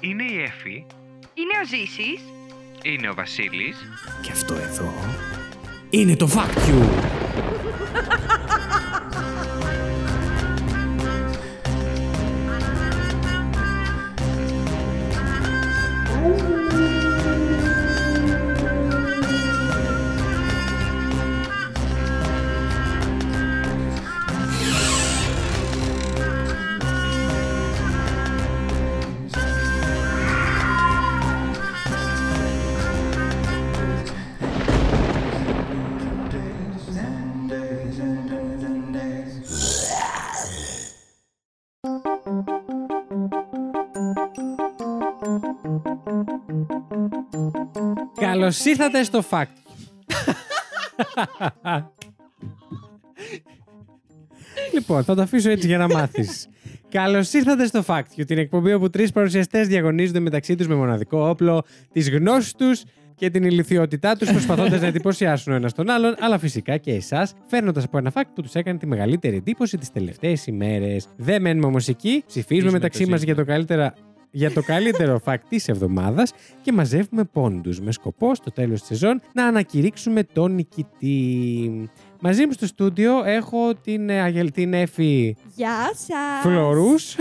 Είναι η Εφη, Είναι ο Ζήσης. είναι ο Βασίλης Και αυτό εδώ είναι το Fact You. Καλώς ήρθατε στο Fact You. Λοιπόν, θα το αφήσω έτσι για να μάθεις. Καλώς ήρθατε στο Fact You, την εκπομπή όπου τρεις παρουσιαστές διαγωνίζονται μεταξύ τους με μοναδικό όπλο τις γνώσεις τους και την ηλικιότητά τους, προσπαθώντας να εντυπωσιάσουν ο ένας τον άλλον, αλλά φυσικά και εσάς, φέρνοντας από ένα fact που τους έκανε τη μεγαλύτερη εντύπωση τις τελευταίες ημέρες. Δεν μένουμε όμως εκεί, ψηφίζουμε Ψηφίζουμε μεταξύ το μας για το καλύτερα για το καλύτερο fact της εβδομάδας και μαζεύουμε πόντους με σκοπό στο τέλος της σεζόν να ανακηρύξουμε τον νικητή. Μαζί μου στο στούντιο έχω την ε, Αγγελ- την Εφη Γεια σας. Φλωρούς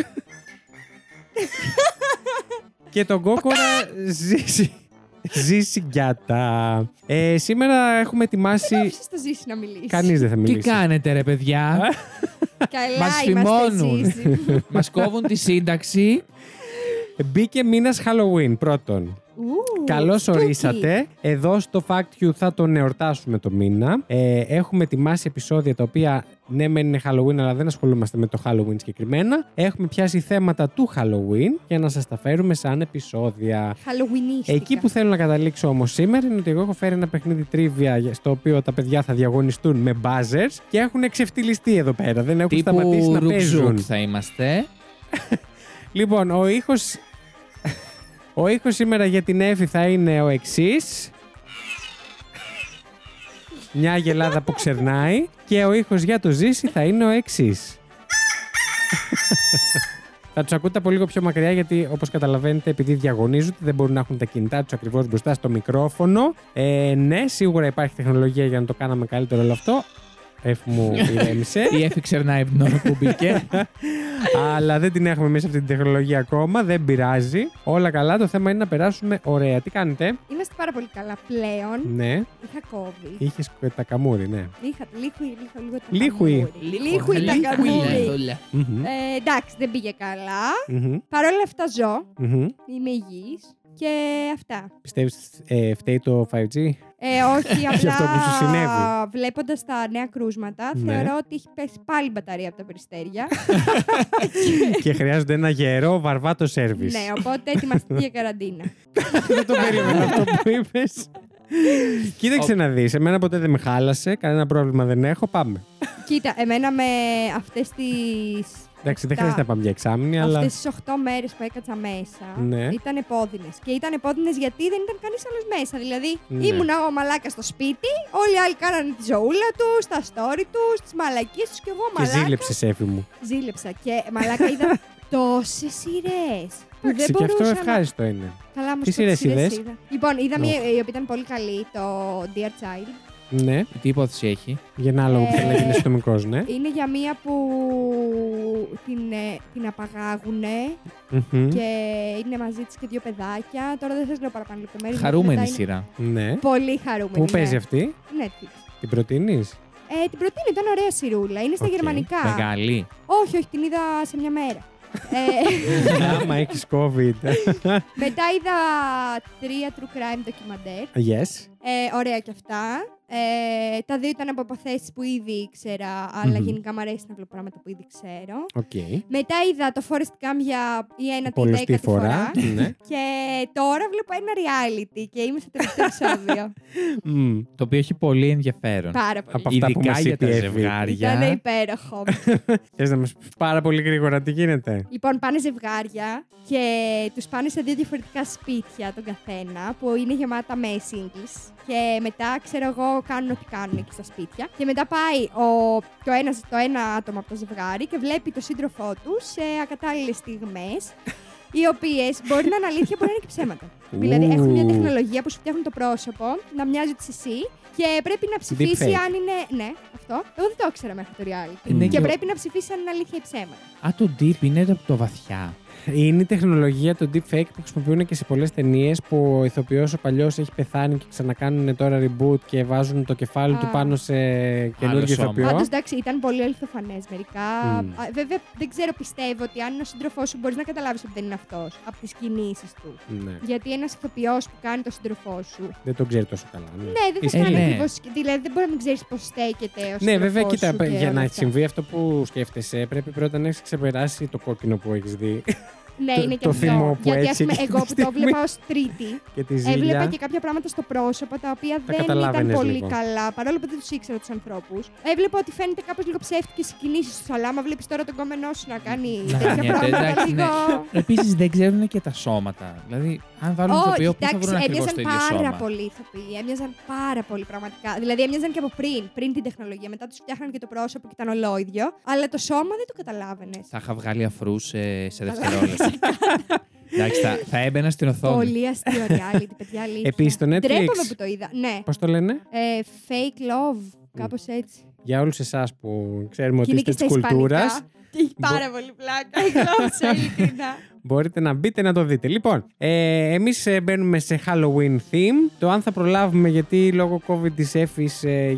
και τον κόκορα Ζήση. Ζήση Γκιάτα. Ε, σήμερα έχουμε ετοιμάσει... Άφησε το ζήσει να μιλήσεις. Κανείς δεν θα Τι μιλήσει. κάνετε ρε παιδιά, Ε, Καλά, Μας είμαστε φημώνουν. Ζήση. μας κόβουν τη σύνταξη. Μπήκε μήνας Halloween πρώτον. Ου, Καλώς spooky. ορίσατε. Εδώ στο Fact You θα τον εορτάσουμε το μήνα. Ε, έχουμε ετοιμάσει επεισόδια τα οποία ναι, μεν είναι Halloween, αλλά δεν ασχολούμαστε με το Halloween συγκεκριμένα. Έχουμε πιάσει θέματα του Halloween για να σας τα φέρουμε σαν επεισόδια. Halloweenίστικα. Εκεί που θέλω να καταλήξω όμως σήμερα είναι ότι εγώ έχω φέρει ένα παιχνίδι τρίβια για- στο οποίο τα παιδιά θα διαγωνιστούν με buzzers και έχουν ξεφτυλιστεί εδώ πέρα. Δεν έχουν σταματήσει Τύπου να ρουκζούκ παίζουν. θα είμαστε. Λοιπόν, ο ήχος... ο ήχος σήμερα για την Εύη θα είναι ο εξής. Μια γελάδα που ξερνάει και ο ήχος για το ζήσει θα είναι ο εξής. Θα τους ακούτε από λίγο πιο μακριά γιατί όπως καταλαβαίνετε, επειδή διαγωνίζονται, δεν μπορούν να έχουν τα κινητά τους ακριβώς μπροστά στο μικρόφωνο. Ε, ναι, σίγουρα υπάρχει τεχνολογία για να το κάναμε καλύτερο όλο αυτό. Εφ μου ηρέμησε. Η Εφη ξερνάει από την ώρα που μπήκε. Αλλά δεν την έχουμε εμείς αυτή την τεχνολογία ακόμα. Δεν πειράζει. Όλα καλά. Το θέμα είναι να περάσουμε ωραία. Τι κάνετε. Είμαστε πάρα πολύ καλά πλέον. Ναι, Είχα κόβει. είχες τα καμούρι, ναι. Είχα λίγο λίγο λίγο το Λίχουι. καμπούρι. Λίχουι τα Λίχουι, Ναι, καμπούρι. δούλα. Μμμ. Ε, εντάξει, δεν πήγε καλά. Μμμ. Παρ' όλα αυτά ζω. Μμμ. Είμαι υγιής. Και αυτά. Πιστεύεις ε, φταίει το 5G. Ε, όχι, αυτό που σου απλά συνέβη. βλέποντας τα νέα κρούσματα, Ναι. θεωρώ ότι έχει πέσει πάλι η μπαταρία από τα περιστέρια. και χρειάζονται ένα γερό βαρβάτο σερβις. ναι, οπότε ετοιμαστείτε για καραντίνα. δεν το περίμενα αυτό που είπες. Κοίταξε να δεις, εμένα ποτέ δεν με χάλασε, κανένα πρόβλημα δεν έχω, πάμε. Κοίτα, εμένα με αυτές τις Εντάξει, δεν Τα- χρειάζεται να πάμε για εξάμηνη, αλλά... Αυτές τις 8 μέρες που έκατσα μέσα Ναι. ήταν επώδυνες. Και ήταν επώδυνες γιατί δεν ήταν κανείς άλλος μέσα. Δηλαδή, Ναι. ήμουνα ο μαλάκας στο σπίτι, όλοι οι άλλοι κάνανε τη ζωούλα τους, τα story τους, τις μαλακίες τους και εγώ Και μαλάκα. ζήλεψες, Εύη μου. Ζήλεψα. Και μαλάκα είδα τόσες σειρές. Εντάξει, και αυτό ευχάριστο είναι. Καλά, μου Τι σειρές είδες? Λοιπόν, είδα Οχ. μία ε, η οποία ήταν πολύ καλή, το Dear Child. Ναι, Τι υπόθεση έχει. για ένα άλλο που Ε, θέλει να γίνει στο μικρός, ναι. Είναι για μία που την, ε, την απαγάγουνε Μμμ. Ε. και είναι μαζί της και δύο παιδάκια. Τώρα δεν σα λέω παραπάνω λεπτομέρειε. Χαρούμενη σειρά. Ναι. Πολύ χαρούμενη. Πού ναι. παίζει αυτή, Netflix. την προτείνεις. Ε, την προτείνω, ήταν ωραία σιρούλα. Είναι στα Οκ, γερμανικά. Μεγάλη. Όχι, όχι, την είδα σε μια μέρα. ε, Άμα έχεις COVID. μετά είδα τρία true crime ντοκιμαντέρ. yes. Ε, ωραία κι αυτά. Ε, τα δύο ήταν από υποθέσει που ήδη ήξερα, αλλά Μμμ. γενικά μου αρέσει να βλέπω πράγματα που ήδη ξέρω. Οκ. Μετά είδα το Forest Gump για η ένα τη Πολλωστή δέκατη φορά. φορά. ναι. Και τώρα βλέπω ένα reality και είμαι στο τελευταίο επεισόδιο. Μμ. Το οποίο έχει πολύ ενδιαφέρον. Πάρα πολύ. Από αυτά που Ειδικά μας για είπε τα η Εύη. Ήταν ζευγάρια. υπέροχο. Θες να μας πεις πάρα πολύ γρήγορα τι γίνεται. λοιπόν, πάνε ζευγάρια και τους πάνε σε δύο διαφορετικά σπίτια τον καθένα που είναι γεμάτα με singles. Και μετά, ξέρω εγώ, κάνουν ό,τι κάνουν εκεί στα σπίτια. Και μετά πάει ο, το, ένας, το ένα άτομο από το ζευγάρι και βλέπει το σύντροφό τους σε ακατάλληλες στιγμές. οι οποίες μπορεί να είναι αλήθεια, μπορεί να είναι και ψέματα. δηλαδή έχουν μια Ου. τεχνολογία που σου φτιάχνουν το πρόσωπο, να μοιάζει ότι είσαι εσύ και πρέπει να ψηφίσει Deepfake. αν είναι. Ναι, αυτό. Εγώ δεν το ήξερα μέχρι το reality. Είναι Και και- πρέπει να ψηφίσει αν είναι αλήθεια ή ψέματα. Α, το deep είναι από το βαθιά. Είναι η τεχνολογία το deepfake που χρησιμοποιούν και σε πολλές ταινίες που ο ηθοποιός ο παλιός έχει πεθάνει και ξανακάνουν τώρα reboot και βάζουν το κεφάλι Α. του πάνω σε καινούργιο σώμα. ηθοποιό. Όντω, εντάξει, ήταν πολύ αληθοφανές μερικά. Μμμ. Α, Βέβαια, δεν ξέρω, πιστεύω ότι αν είναι ο σύντροφός σου, μπορείς να καταλάβεις ότι δεν είναι αυτός από τις κινήσεις του. Ναι. Γιατί ένας ηθοποιός που κάνει το σύντροφό σου. Δεν τον ξέρει τόσο καλά. Ναι, Ναι, δεν θα Ισχύει. κάνει Ναι. ακριβώς. Δηλαδή, δεν μπορεί να μην ξέρεις πώς στέκεται Ναι, ο σύντροφός βέβαια, σου κοίτα, και για όλα να αυτά. συμβεί αυτό που σκέφτεσαι, πρέπει πρώτα να έχεις ξεπεράσει το κόκκινο που έχεις δει Ναι, το- είναι και το αυτό. θυμό που Γιατί, ας έτσι πούμε, εκείνη εγώ τη που το στιγμή. βλέπα ως Τρίτη, και τη έβλεπα ζήλια. και κάποια πράγματα στο πρόσωπο τα οποία δεν ήταν καταλάβαινες πολύ λίγο. καλά. Παρόλο που δεν τους ήξερα τους ανθρώπους. Έβλεπα ότι φαίνεται κάπως λίγο ψεύτικες οι κινήσεις τους. Αλλά άμα βλέπεις τώρα τον κόμενό σου να κάνει Να τέτοια χάνεται, πράγματα, Ναι, εντάξει, ναι. λίγο. Επίσης δεν ξέρουν και τα σώματα. Δηλαδή, αν βάλουν το Όχι, οποίο πού θα βρουν εντάξει, ακριβώ το έμοιαζαν ίδιο πάρα σώμα. πολύ ηθοποιοί. Έμοιαζαν πάρα πολύ πραγματικά. Δηλαδή, έμοιαζαν και από πριν, πριν την τεχνολογία. Μετά τους φτιάχναν και το πρόσωπο και ήταν ολόιδιο. Αλλά το σώμα δεν το καταλάβαινες. Θα είχα βγάλει αφρούς σε, σε Καλά, δευτερόλεπτα. Εντάξει, θα, θα έμπαινα στην οθόνη. Πολύ αστείο reality, παιδιά. αλήθεια. Επίσης, το Netflix. Ντρέπομαι που το είδα. Ναι. Πώς το λένε, Ε, fake love, κάπως έτσι. για όλους εσάς που ξέρουμε ότι είναι είστε και στα της κουλτούρα, ισπανικά. Και έχει πάρα πολύ πλάκα. η γλώσσα, ειλικρινά. μπορείτε να μπείτε να το δείτε. Λοιπόν, ε, εμείς μπαίνουμε σε Halloween theme. Το αν θα προλάβουμε, γιατί λόγω COVID της Εφη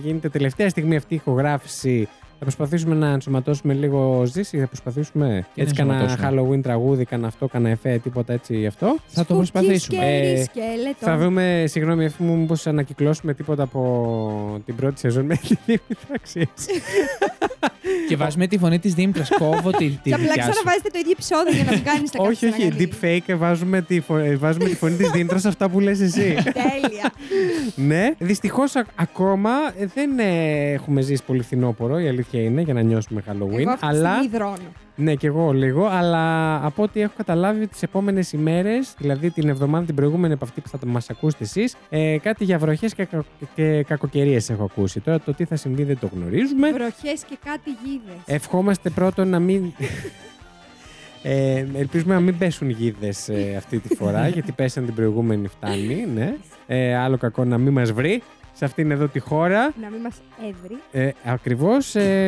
γίνεται τελευταία στιγμή αυτή η ηχογράφηση. Θα προσπαθήσουμε να ενσωματώσουμε λίγο ζήση, θα προσπαθήσουμε να έτσι κανένα ενσωματώσουμε. Halloween τραγούδι, κανένα αυτό, κανένα εφέ, τίποτα έτσι αυτό. Θα το Spooky προσπαθήσουμε. scary Ε, skeleton. Θα δούμε, συγγνώμη, εφού μου μήπως ανακυκλώσουμε τίποτα από την πρώτη σεζόν με τη Δήμητρα Αξίας. Και βάζουμε τη φωνή της Δήμητρας. Κόβω τη, τη Και απλά δικιά σου. ξαναβάζετε το ίδιο επεισόδιο για να μην κάνεις τα κάθε όχι, όχι, ξανακαλή. deepfake, βάζουμε τη, φο- ε, βάζουμε τη φωνή της Δήμητρας σε αυτά που λες εσύ. Τέλεια. ναι. Δυστυχώς α- ακόμα ε, δεν ε, έχουμε ζήσει πολύ φθινόπωρο, η αλήθεια είναι, για να νιώσουμε Halloween. Εγώ αυτή τη αλλά, στιγμή δρώνω. ναι, και εγώ λίγο, αλλά από ό,τι έχω καταλάβει τις επόμενες ημέρες, δηλαδή την εβδομάδα την προηγούμενη από αυτή που θα μας ακούσετε εσείς, ε, κάτι για βροχές και, κακο- και κακοκαιρίες έχω ακούσει. Τώρα το τι θα συμβεί δεν το γνωρίζουμε. Βροχές και κάτι γίδες. Ε, Ευχόμαστε πρώτον να μην. Ε, ελπίζουμε να μην πέσουν γίδες αυτή τη φορά, γιατί πέσαν την προηγούμενη φτάνει. Ναι. Ε, άλλο κακό να μην μας βρει σε αυτήν εδώ τη χώρα. Να μην μας έβρει. Ε, Ακριβώς,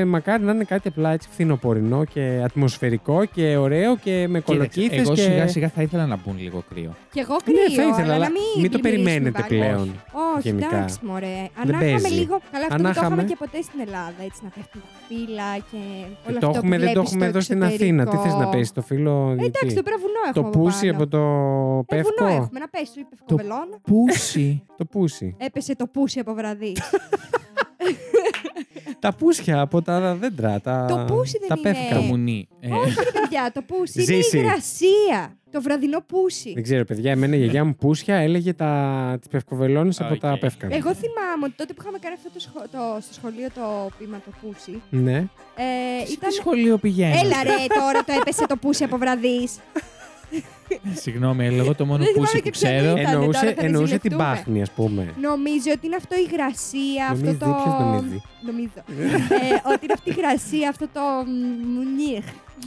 μακάρι να είναι κάτι απλά έτσι φθινοπορεινό και ατμοσφαιρικό και ωραίο και με Κοίταξε, κολοκύθε. Εγώ και... σιγά σιγά θα ήθελα να μπουν λίγο κρύο. Και εγώ Ναι, κρύο, θα ήθελα, αλλά να αλλά μην, μην το πλημμυρίσουμε περιμένετε πάλι. πλέον. Όχι, γενικά. εντάξει, μωρέ. Ανάχαμε παίζει. λίγο. Καλά, αυτό δεν το Ανάχαμε. είχαμε και ποτέ στην Ελλάδα. Έτσι, να πέφτουν τα φύλλα και όλα Ε, το αυτά. έχουμε, δεν το έχουμε εδώ στην Αθήνα. Τι θες να πέσει, το φίλο. Ε, Εντάξει, γιατί? το πέρα βουνό έχουμε. το πούσι από το Ε, βουνό πεύκο. έχουμε, να πέσει το πευκοβελόν. Πούσι. Το πούσι. Έπεσε το πούσι από βραδύ. τα πούσια από τα δέντρα. Τα, Το πούσι δεν τα είναι. πεύκα. Τα μουνί. Ε, Όχι, παιδιά, το πούσι είναι Ζήσει. υγρασία. Το βραδινό πούσι. Δεν ξέρω, παιδιά, εμένα η γιαγιά μου πούσια έλεγε τα... τις πευκοβελώνες από τα Οκ. πεύκα. Εγώ θυμάμαι ότι τότε που είχαμε κάνει αυτό το, σχο- το- στο σχολείο το πείμα το πούσι. Ναι. Ε, σε ήταν... τι σχολείο πηγαίνεις. Έλα ρε, τώρα το έπεσε το πούσι από βραδύς. Συγγνώμη, αλλά εγώ το μόνο Δεν πούσι θυμάμαι και που ποιο ξέρω. ήταν. εννοούσε τώρα θα εννοούσε την ζηλευτούμε. πάχνη, ας πούμε. Νομίζω ότι είναι αυτό η γρασία, αυτό Νομίζει, το. ποιος νομίζει? Νομίζω. ε, ότι είναι αυτή η γρασία, αυτό το. μουνίχ.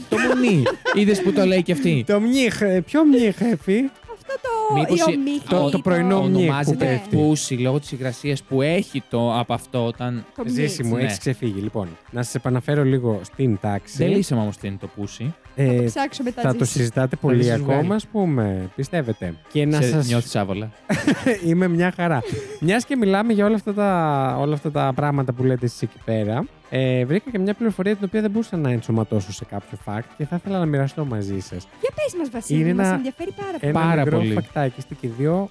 Το μουνί. Ε, Είδες που το λέει και αυτή. Το μνιχ, ε, ποιο μνιχ, έφη. Αυτό το. Μήπως η η- ομίχλη, το- το πρωινό μνιχ. που Ονομάζεται πέφτει. πούσι λόγω της υγρασίας που έχει το από αυτό όταν. το μνιχ. Ζήση μου, ναι. έχεις ξεφύγει. Λοιπόν, να σας επαναφέρω λίγο στην τάξη. Δεν λύσαμε όμως τι είναι το πούσι. Ε, Ψάξω μετά. θα το ζήση. συζητάτε Θα πολύ ζήσεις ακόμα, βγάλει. ας πούμε. Πιστεύετε. Και να Σε- σας... Νιώθεις άβολα. Είμαι μια χαρά. Μιας και μιλάμε για όλα αυτά, τα, όλα αυτά τα πράγματα που λέτε εσείς εκεί πέρα, ε, βρήκα και μια πληροφορία την οποία δεν μπορούσα να ενσωματώσω σε κάποιο fact και θα ήθελα να μοιραστώ μαζί σας. Για πες μας, Βασίλη, Είναι μα ένα- ενδιαφέρει πάρα πολύ. Ένα Πάρα μικρό πολύ. φακτάκι, είστε και δύο.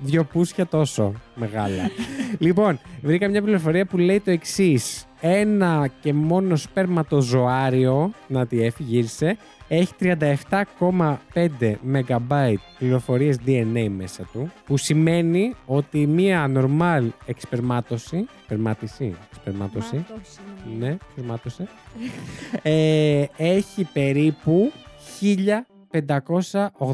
δύο πούσια τόσο μεγάλα. λοιπόν, βρήκα μια πληροφορία που λέει το εξής. Ένα και μόνο σπέρματοζωάριο, να τη έφη, γύρισε, έχει 37,5 MB πληροφορίες DNA μέσα του, που σημαίνει ότι μία normal εξπερμάτωση, σπερμάτιση, σπερμάτωση, Μάτωση, ναι, σπερμάτωσε, ε, έχει περίπου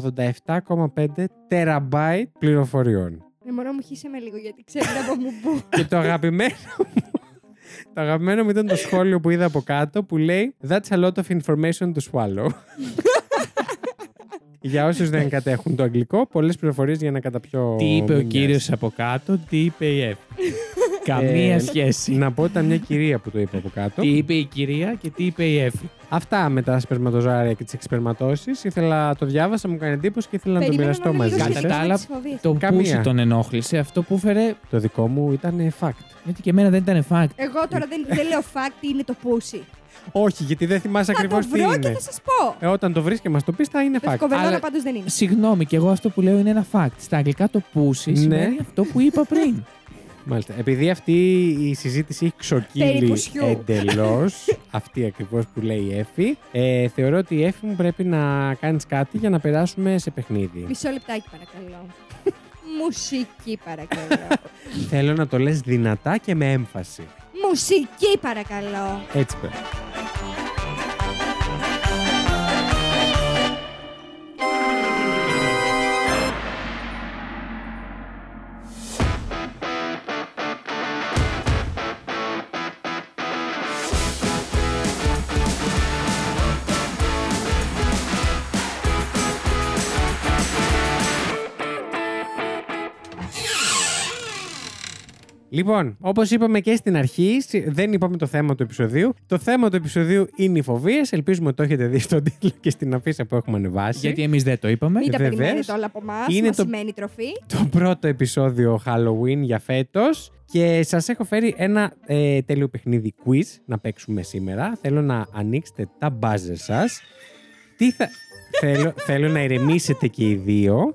1587,5 τεραμπάιτ πληροφοριών. Ναι, μόνο μου χύσε με λίγο γιατί ξέρετε από μου που. Και το αγαπημένο μου. Το αγαπημένο μου ήταν το σχόλιο που είδα από κάτω που λέει That's a lot of information to swallow. Για όσους δεν κατέχουν το αγγλικό, πολλές πληροφορίες για να καταπιώ. Τι είπε ο μουνιάς. κύριος από κάτω, τι είπε η Εύη. Καμία Ε, σχέση. Να πω ήταν μια κυρία που το είπε από κάτω. Τι είπε η κυρία και τι είπε η Εύη. Αυτά με τα σπερματοζάρια και τις εξπερματώσει. Ήθελα, το διάβασα, μου κάνει εντύπωση και ήθελα να το Περιμένω μοιραστώ λίγο μαζί σχετικά Κατά με σα. τα άλλα, τις φοβίες. Το Καμία. πούσι τον ενόχλησε, αυτό που έφερε. Το δικό μου ήταν fact. Γιατί και εμένα δεν ήταν fact. Εγώ τώρα δεν, δεν λέω fact τι είναι το πούσι. Όχι, γιατί δεν θυμάσαι Θα ακριβώ το τι βρω και είναι. θα σας πω. Ε, όταν το βρεις και μας το πεις, θα είναι Το fact. σκοβελώνω αλλά- πάντως δεν είναι. Συγγνώμη, και εγώ αυτό που λέω είναι ένα fact. Στα αγγλικά το πούσι Ναι. σημαίνει αυτό που είπα πριν. Μάλιστα. Επειδή αυτή η συζήτηση έχει Περί ξοκύλει πουσιού. εντελώς, αυτή ακριβώς που λέει η Εφη, ε, θεωρώ ότι η Εφη μου πρέπει να κάνεις κάτι για να περάσουμε σε παιχνίδι. Μισό λεπτάκι παρακαλώ. Μουσική παρακαλώ. Θέλω να το λες δυνατά και με έμφαση. Μουσική παρακαλώ. Έτσι πέρα. Λοιπόν, όπως είπαμε και στην αρχή, σι- δεν είπαμε το θέμα του επεισοδίου. Το θέμα του επεισοδίου είναι οι φοβίες. Ελπίζουμε ότι το έχετε δει στον τίτλο και στην αφίσα που έχουμε ανεβάσει. Γιατί εμείς δεν το είπαμε. Μην τα Ναι, βεβαίως. περιμένετε όλα από εμάς. Είναι Μας το- σημαίνει τροφή. Το πρώτο επεισόδιο Halloween για φέτος. Και σας έχω φέρει ένα ε, τέλειο παιχνίδι quiz να παίξουμε σήμερα. Θέλω να ανοίξετε τα μπάζερ σας. Τι θα. θέλω, θέλω να ηρεμήσετε και οι δύο.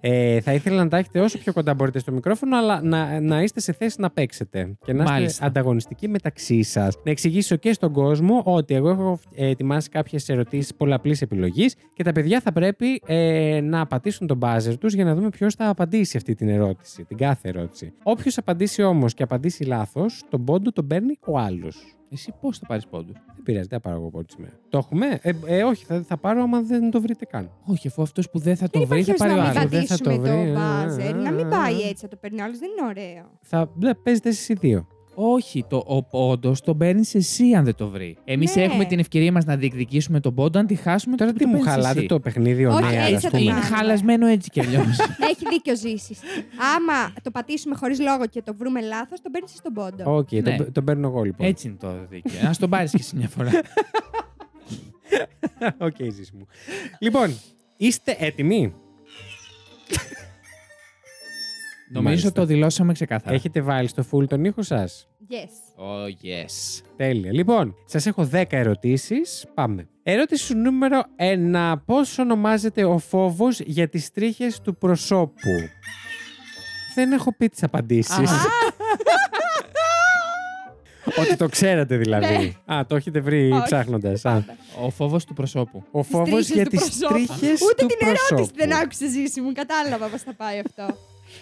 Ε, θα ήθελα να τα έχετε όσο πιο κοντά μπορείτε στο μικρόφωνο, αλλά να, να είστε σε θέση να παίξετε και να είστε Μάλιστα. ανταγωνιστικοί μεταξύ σας. Να εξηγήσω και στον κόσμο ότι εγώ έχω ε, ετοιμάσει κάποιες ερωτήσεις πολλαπλής επιλογής και τα παιδιά θα πρέπει ε, να απαντήσουν τον buzzer τους για να δούμε ποιος θα απαντήσει αυτή την ερώτηση, την κάθε ερώτηση. Όποιος απαντήσει όμως και απαντήσει λάθος, τον πόντο τον παίρνει ο άλλος. Εσύ πώς θα πάρεις πόντους. Δεν πειράζει, δεν θα πάρω εγώ πόντο σήμερα. Το έχουμε. Ε, ε, όχι, θα, θα πάρω άμα δεν το βρείτε καν. Όχι, αφού αυτός που δεν θα το Δεν βρει υπάρχει θα όρος πάρει ο να μην άλλος. Δεν άλλο. θα το κατήσουμε βρει. το μπάζερ. Να μην πάει Α, α. έτσι, να το παίρνει άλλος. Δεν είναι ωραίο. Θα ναι, παίζετε εσείς δύο. Όχι, το, ο πόντο τον παίρνει εσύ αν δεν το βρει. Εμείς Ναι. έχουμε την ευκαιρία μας να διεκδικήσουμε τον πόντο. Αν τη χάσουμε, Τώρα τότε τι το μου παίρνεις χαλάτε εσύ. το παιχνίδι, ο Όχι, Ε, νέα, έτσι ας θα το πούμε. Είναι κάνουμε. χαλασμένο έτσι κι αλλιώς. Έχει δίκιο ζήσεις. Άμα το πατήσουμε χωρίς λόγο και το βρούμε λάθος, τον παίρνει στον πόντο. Οκ, τον, Ναι. πε- τον παίρνω εγώ λοιπόν. έτσι είναι το δίκαιο. Ας τον πάρεις κι εσύ μια φορά. Οκ, Ζήση μου. Λοιπόν, είστε έτοιμοι. Ναι. Νομίζω Μάλιστα. το δηλώσαμε ξεκάθαρα. Έχετε βάλει στο full τον ήχο σας. Yes. Oh, yes. Τέλεια. Λοιπόν, σας έχω 10 ερωτήσεις. Πάμε. Ερώτηση σου νούμερο 1. Πώς ονομάζεται ο φόβος για τις τρίχες του προσώπου, Δεν έχω πει τις απαντήσεις. Α. Ότι το ξέρατε δηλαδή. Α, το έχετε βρει Ναι. Όχι. ψάχνοντας. Ο φόβος του προσώπου. Ο φόβος τρίχες για του τις προσώπου. τρίχες του Ούτε την ερώτηση προσώπου. δεν άκουσε ζήσει μου. Κατάλαβα πώς θα πάει αυτό.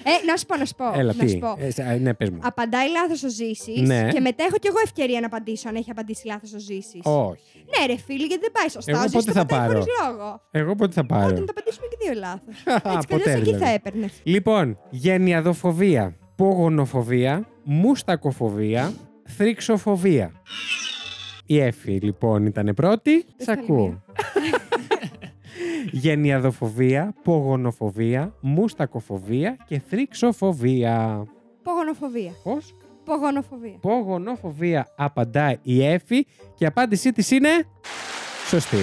Ε, να σου πω, να σου πω. Έλα, να σου τι. πω. Ε, σε- α, ναι, πες μου. Απαντάει λάθος ο Ζήσης Ναι. και μετά έχω κι εγώ ευκαιρία να απαντήσω αν έχει απαντήσει λάθος ο Ζήσης. Όχι. Ναι, ρε φίλε, γιατί δεν πάει σωστά. Εγώ ο Ζήσης πότε το θα πατάει πάρω? χωρίς λόγο. Εγώ πότε θα πάρω. Όταν τα πετύσουμε και δύο λάθος. Χα, Έτσι κι ποτέ, αλλιώς εκεί δηλαδή. θα έπαιρνες. Λοιπόν, γενιαδοφοβία, πογονοφοβία, μουστακοφοβία, θρυξοφοβία. Η Εφη λοιπόν ήταν πρώτη. Σ' θέλει ακούω. Γενιαδοφοβία, πογονοφοβία, μουστακοφοβία και θρυξοφοβία. Πογονοφοβία. Πώς? Πογονοφοβία. Πογονοφοβία απαντάει η Εφη και η απάντησή της είναι... Σωστή. Oh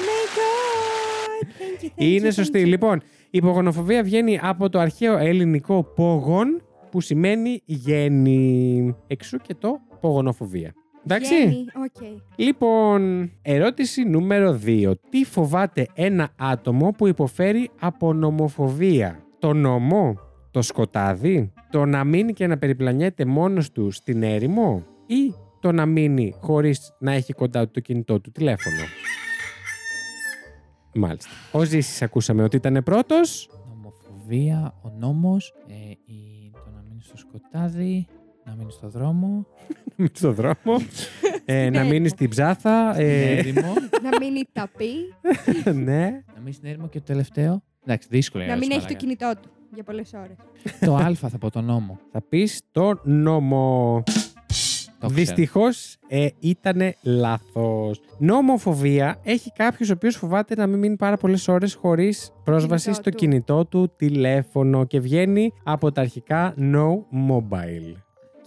my God. Thank you, thank you, Είναι thank σωστή. you. Λοιπόν, η πογονοφοβία βγαίνει από το αρχαίο ελληνικό πόγον που σημαίνει γέννη. Εξού και το πογονοφοβία. Εντάξει. Γέννη, οκ. Λοιπόν, ερώτηση νούμερο 2. Τι φοβάται ένα άτομο που υποφέρει από νομοφοβία. Το νόμο, το σκοτάδι, το να μείνει και να περιπλανιέται μόνος του στην έρημο ή το να μείνει χωρίς να έχει κοντά του το κινητό του τηλέφωνο. Μάλιστα. Ο Ζήσης ακούσαμε ότι ήταν πρώτος. Νομοφοβία, ο νόμος, ε, η- το να μείνει στο σκοτάδι, να μείνει στο δρόμο, Μην στο δρόμο. ε, να μείνει στην ψάθα. στην ε, έρημο. να μείνει ταπεί, ναι. να μείνει στην έρημο και το τελευταίο. Εντάξει, δύσκολο Ε, είναι. να μην ρε, έχει το μαλάκα. κινητό του για πολλές ώρες. Το Α θα πω το νόμο. Θα πεις το νόμο. Το ξέρω. Δυστυχώς ε, ήταν λάθος. Νόμοφοβία έχει κάποιος ο οποίος φοβάται να μην μείνει πάρα πολλές ώρες χωρίς πρόσβαση Κινητό στο του. κινητό του τηλέφωνο και βγαίνει από τα αρχικά no mobile.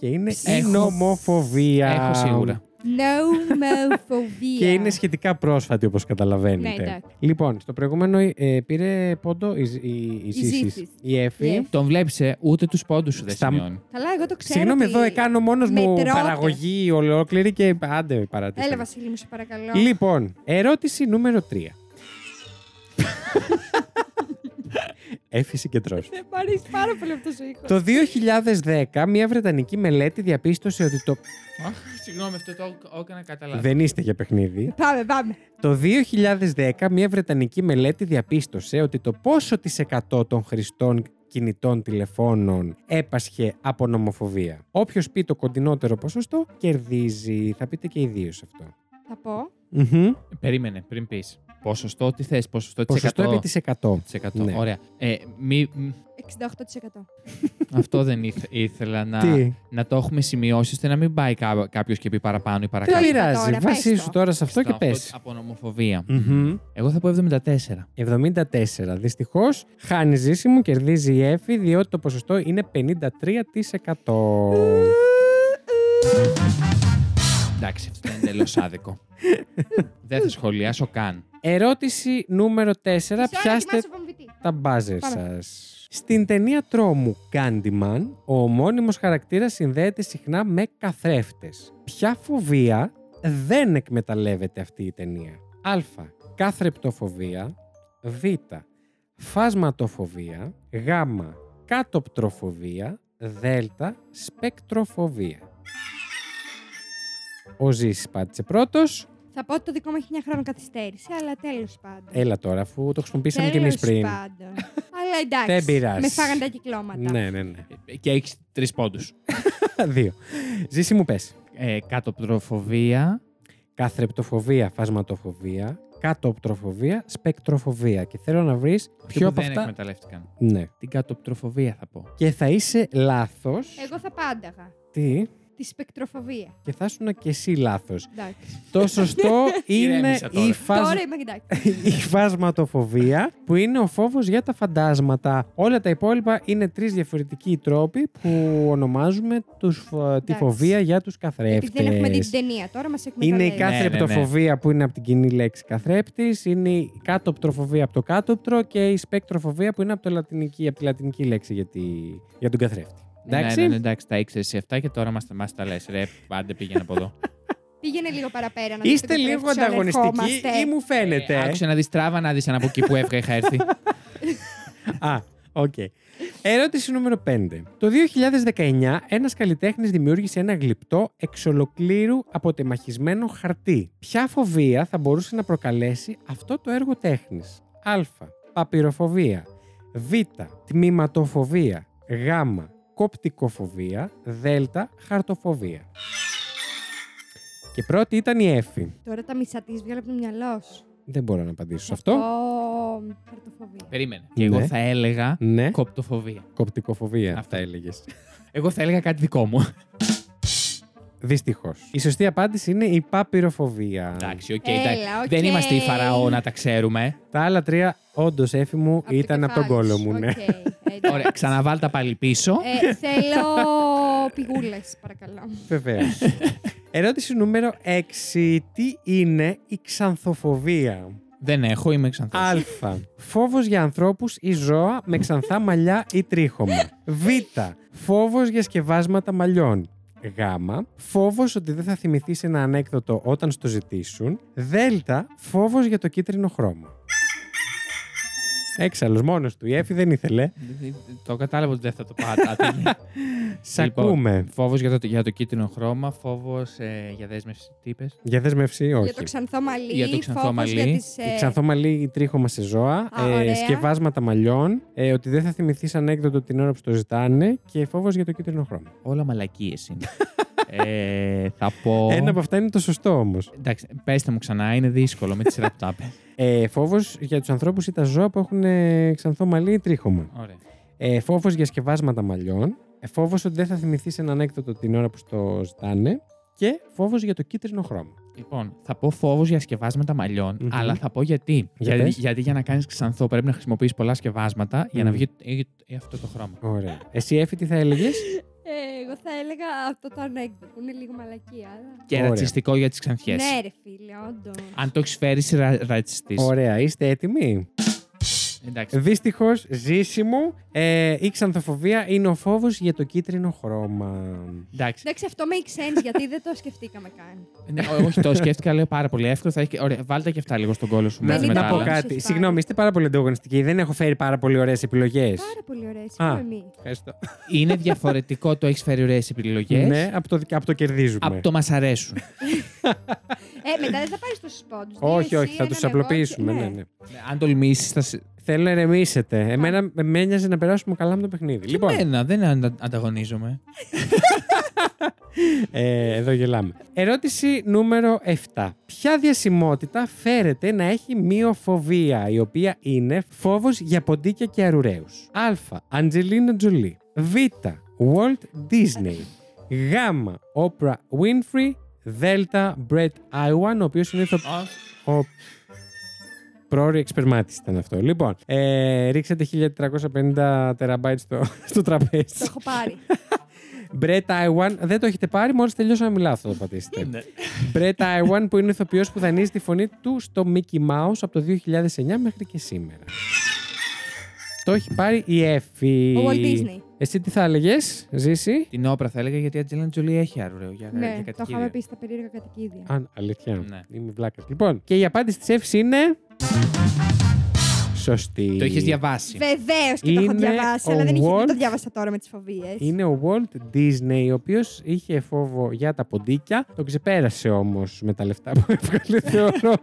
Και είναι Έχω. η νομοφοβία. Έχω σίγουρα. Νομοφοβία. Και είναι σχετικά πρόσφατη, όπως Ναι, καταλαβαίνετε. εντάξει. λοιπόν, στο προηγούμενο ε, πήρε πόντο η, η, η, Σύσης. Σύσης. Η Η Εφη. Εφη. Τον βλέπεις, ούτε τους πόντους σου δεν Στα- σημειώνει. Καλά, εγώ το ξέρω. Συγγνώμη, ότι- εδώ ε, κάνω μόνος μου μετρώτε. παραγωγή ολόκληρη και άντε παρατήρησα. Έλα, Βασίλη, μου σε παρακαλώ. Λοιπόν, ερώτηση νούμερο 3. Έφυση και τρως. Μ' αρέσει πάρα πολύ αυτός ο ήχος. Το 2010, μια βρετανική μελέτη διαπίστωσε ότι το. Αχ, συγγνώμη, αυτό το έκανα καταλάβει. Δεν είστε για παιχνίδι. Πάμε, πάμε. Το 2010, μια βρετανική μελέτη διαπίστωσε ότι το πόσο της εκατό των χρηστών κινητών τηλεφώνων έπασχε από νομοφοβία. Όποιος πει το κοντινότερο ποσοστό, κερδίζει. Θα πείτε και οι δύο σε αυτό. Θα πω. Μμμ. Περίμενε, πριν πεις. Ποσοστό, τι θες, ποσοστό της Ποσοστό 100. επί της 100. Της εκατό. Ναι. Ωραία. Ε, μη- μ, 68%. αυτό δεν ήθε- ήθελα να, Τι. να το έχουμε σημειώσει ώστε να μην πάει κάποιος και πει παραπάνω ή Δεν παρακάτω. πειράζει. τώρα, πες Βασίσου το. τώρα σε αυτό και Στα πες. Από νομοφοβία. Μμμ. Εγώ θα πω 74. 74. Δυστυχώς, χάνει ζήση μου, κερδίζει η Εφη, διότι το ποσοστό είναι 53%. Εντάξει, αυτό είναι εντελώς άδικο. δεν θα σχολιάσω καν. Ερώτηση νούμερο 4. Πιάστε τα μπάζερ Πάμε. σας. Στην ταινία τρόμου Candyman, ο ομώνυμος χαρακτήρας συνδέεται συχνά με καθρέφτες. Ποια φοβία δεν εκμεταλλεύεται αυτή η ταινία. Α. Κάθρεπτοφοβία. Β. Φάσματοφοβία. Γ. Κάτοπτροφοβία. Δ. Σπεκτροφοβία. Ο Ζήσης πάτησε πρώτος. Θα πω ότι το δικό μου έχει 9 χρόνια καθυστέρηση, αλλά τέλος πάντων. Έλα τώρα, αφού το χρησιμοποίησαμε και Ε, εμείς Τέλος πριν. πάντων. αλλά εντάξει. Δεν πειράζει. Με φάγανε τα κυκλώματα. Ναι, ναι, ναι. Ε, Και έχεις τρεις πόντους. Δύο. Ζήση μου πες. Ε, κατοπτροφοβία. Καθρεπτοφοβία, φασματοφοβία, κάτωπτροφοβία, σπεκτροφοβία. Και θέλω να βρεις Αυτοί ποιο που από δεν αυτά... εκμεταλλεύτηκαν. Ναι. Την κατοπτροφοβία θα πω. Ναι, Και θα είσαι λάθος. Εγώ θα πάνταγα. Τι? Τη σπεκτροφοβία. Και θα ήσουν και εσύ λάθος. Εντάξει. Το σωστό είναι Ηρέμησα τώρα. η, φασ... Ε- Τώρα είμαι εντάξει. η φασματοφοβία, που είναι ο φόβος για τα φαντάσματα. Όλα τα υπόλοιπα είναι τρεις διαφορετικοί τρόποι που ονομάζουμε τους... φο- τη Εντάξει. φοβία για τους Επειδή καθρέφτες. δεν έχουμε δει την ταινία, τώρα μας Είναι εκμεταλλεύει. η Ναι, καθρεπτοφοβία που είναι από την κοινή λέξη καθρέπτης, είναι η κάτωπτροφοβία από το κάτωπτρο και η σπέκτροφοβία που είναι από, το λατινική, από τη λατινική λέξη για, τη, για τον καθρέφτη. Εντάξει. Ναι, ναι, ναι, εντάξει, τα ήξερες εσύ αυτά και τώρα μας τα λες. Ρε, άντε πήγαινε από εδώ. Πήγαινε λίγο παραπέρα να Είστε δείτε λίγο ποιον ανταγωνιστικοί ερχόμαστε. ή μου φαίνεται. Ε, ε? Άκουσε να δεις τράβα να δεις αν από εκεί που έφυγα είχα έρθει. Α, οκ. Ερώτηση νούμερο 5. Το 2019 ένας καλλιτέχνης δημιούργησε ένα γλυπτό εξ ολοκλήρου αποτεμαχισμένο χαρτί. Ποια φοβία θα μπορούσε να προκαλέσει αυτό το έργο τέχνης. Α. Παπυροφοβία. Β. Τμήματοφοβία. Γ. Κοπτικοφοβία. Δ. Χαρτοφοβία. Και πρώτη ήταν η Εφη. Τώρα τα μισά της βγάλω από το μυαλό σου. Δεν μπορώ να απαντήσω σε Θα αυτό. πω Χαρτοφοβία. Περίμενε. Και εγώ Ναι. θα έλεγα Ναι, κοπτοφοβία. κοπτικοφοβία. Αυτό. Αυτά έλεγες. Εγώ θα έλεγα κάτι δικό μου. Δυστυχώς. Η σωστή απάντηση είναι η παπυροφοβία. Εντάξει, οκ. Έλα, εντάξει. οκ. Δεν είμαστε οι φαραώ να τα ξέρουμε. Τα άλλα τρία, όντως, έφη μου, Απ' το ήταν από τον κεφάλι κόλο σου. μου. Ναι. Οκ, εντάξει. Ωραία, ξαναβάλ τα πάλι πίσω. Ε, θέλω πηγούλες, παρακαλώ. Βεβαίως. Ερώτηση νούμερο 6. Τι είναι η ξανθοφοβία. Δεν έχω, είμαι ξανθός. Α. Φόβος για ανθρώπους ή ζώα με ξανθά μαλλιά ή τρίχωμα. Β. Φόβος για σκευάσματα μαλλιών. Γ. Φόβος ότι δεν θα θυμηθείς ένα ανέκδοτο όταν στο ζητήσουν. Δ. Φόβος για το κίτρινο χρώμα. Έξαλλος μόνος του. Η Εφη δεν ήθελε. Το κατάλαβα ότι δεν θα το πάτε. Σ' ακούμε. Φόβο Λοιπόν, για, το- για το κίτρινο χρώμα, φόβος για δέσμευση. Τι είπες? Για δέσμευση, όχι. Για το ξανθό μαλλί. Για το ξανθό φόβος μαλλί. Για τις, ε, Η ξανθόμαλη τρίχωμα σε ζώα, Α, ε, ωραία. σκευάσματα μαλλιών, ε, ότι δεν θα θυμηθεί ανέκδοτο την ώρα που το ζητάνε και φόβος για το κίτρινο χρώμα. Όλα μαλακίες είναι. ε, θα πω. Ένα από αυτά είναι το σωστό όμως. Εντάξει, πέστε μου ξανά, είναι δύσκολο με τη σειρά που τα είπε. Ε, φόβος για τους ανθρώπους ή τα ζώα που έχουν ε, ξανθόμαλη ή τρίχωμα. Ωραία. Ε, φόβος για σκευάσματα μαλλιών. Ε, φόβος ότι δεν θα θυμηθεί ένα ανέκδοτο την ώρα που το ζητάνε. και φόβος για το κίτρινο χρώμα. Λοιπόν, θα πω φόβος για σκευάσματα μαλλιών, Μμμ. αλλά θα πω γιατί. Για γιατί, πες. γιατί για να κάνεις ξανθό πρέπει να χρησιμοποιείς πολλά σκευάσματα για να Μμ. βγει ε, ε, αυτό το χρώμα. Ωραία. Εσύ, Εφη, τι θα έλεγες. Ε, εγώ θα έλεγα αυτό το ανέκδοτο που είναι λίγο μαλακία. Αλλά... Και Ωραία. ρατσιστικό για τις ξανθιές. Ναι, ρε φίλε, όντως. Αν το έχεις φέρει, είσαι ρα, ρατσιστής. Ωραία, είστε έτοιμοι. Εντάξει. Δυστυχώς, ζήσιμο, ε, η ξανθοφοβία είναι ο φόβος για το κίτρινο χρώμα. Εντάξει. Εντάξει, αυτό makes sense γιατί δεν το σκεφτήκαμε καν. Ναι, ό- όχι, το σκέφτηκα, λέω πάρα πολύ εύκολο. Θα έχει... και- Ωραία, βάλτε και αυτά λίγο στον κόλλο σου. Να- μαζί με να τα πω άλλα. κα- κάτι. Σωστά. Συγγνώμη, είστε πάρα πολύ ανταγωνιστικοί. Δεν έχω φέρει πάρα πολύ ωραίες επιλογές. Πάρα πολύ ωραία, εσύ Α. εμείς. Ευχαριστώ. Είναι διαφορετικό το έχεις φέρει ωραίες επιλογές Ναι, από το, από το κερδίζουμε. από το μας αρέσουν. Ε, μετά δεν θα πάρει του πόντου. Όχι, όχι, θα του απλοποιήσουμε. Ναι, ναι. Ναι, Αν τολμήσεις, θα. σε- Θέλω να ηρεμήσετε. Εμένα με ένοιαζε να περάσουμε καλά με το παιχνίδι. λοιπόν, Εμένα, δεν αντα- ανταγωνίζομαι. ε, εδώ γελάμε. Ερώτηση νούμερο 7. Ποια διασημότητα φέρεται να έχει μυοφοβία, η οποία είναι φόβος για ποντίκια και αρουραίους. Α. Αντζελίνα Τζολί. Β. Walt Disney. Γ. Όπρα Winfrey. Δ. Brett Iwan, ο οποίος είναι ηθο- ο Πρόωρη εξπερμάτης ήταν αυτό. Λοιπόν, ε, ρίξατε 1450 τεραμπάιτ στο, στο Το τραπέζι. έχω πάρει. Brett Iwan, δεν το έχετε πάρει, μόλις τελειώσω να μιλάω αυτό το Ναι. πατήσετε. Brett Iwan που είναι ηθοποιός που δανείζει τη φωνή του στο Mickey Mouse από το 2009 μέχρι και σήμερα. Το έχει πάρει η Εφη. Ο Walt Disney. Εσύ τι θα έλεγες, Ζήση. Την όπρα θα έλεγα γιατί η Ατζέλα Τζολί έχει αρουραίο Ε, για, Ναι, για το κατοικίδιο. είχαμε πει στα περίεργα κατοικίδια. Αν, αλήθεια. Ναι. Είμαι βλάκας. Λοιπόν, και η απάντηση της Εφη είναι. Σωστή. Το είχε διαβάσει. Βεβαίως και το έχω Είναι διαβάσει, ο αλλά δεν, είχε, δεν Walt- το διάβασα τώρα με τις φοβίες. Είναι ο Walt Disney, ο οποίος είχε φόβο για τα ποντίκια. Το ξεπέρασε όμως με τα λεφτά που έβγαλε, θεωρώ.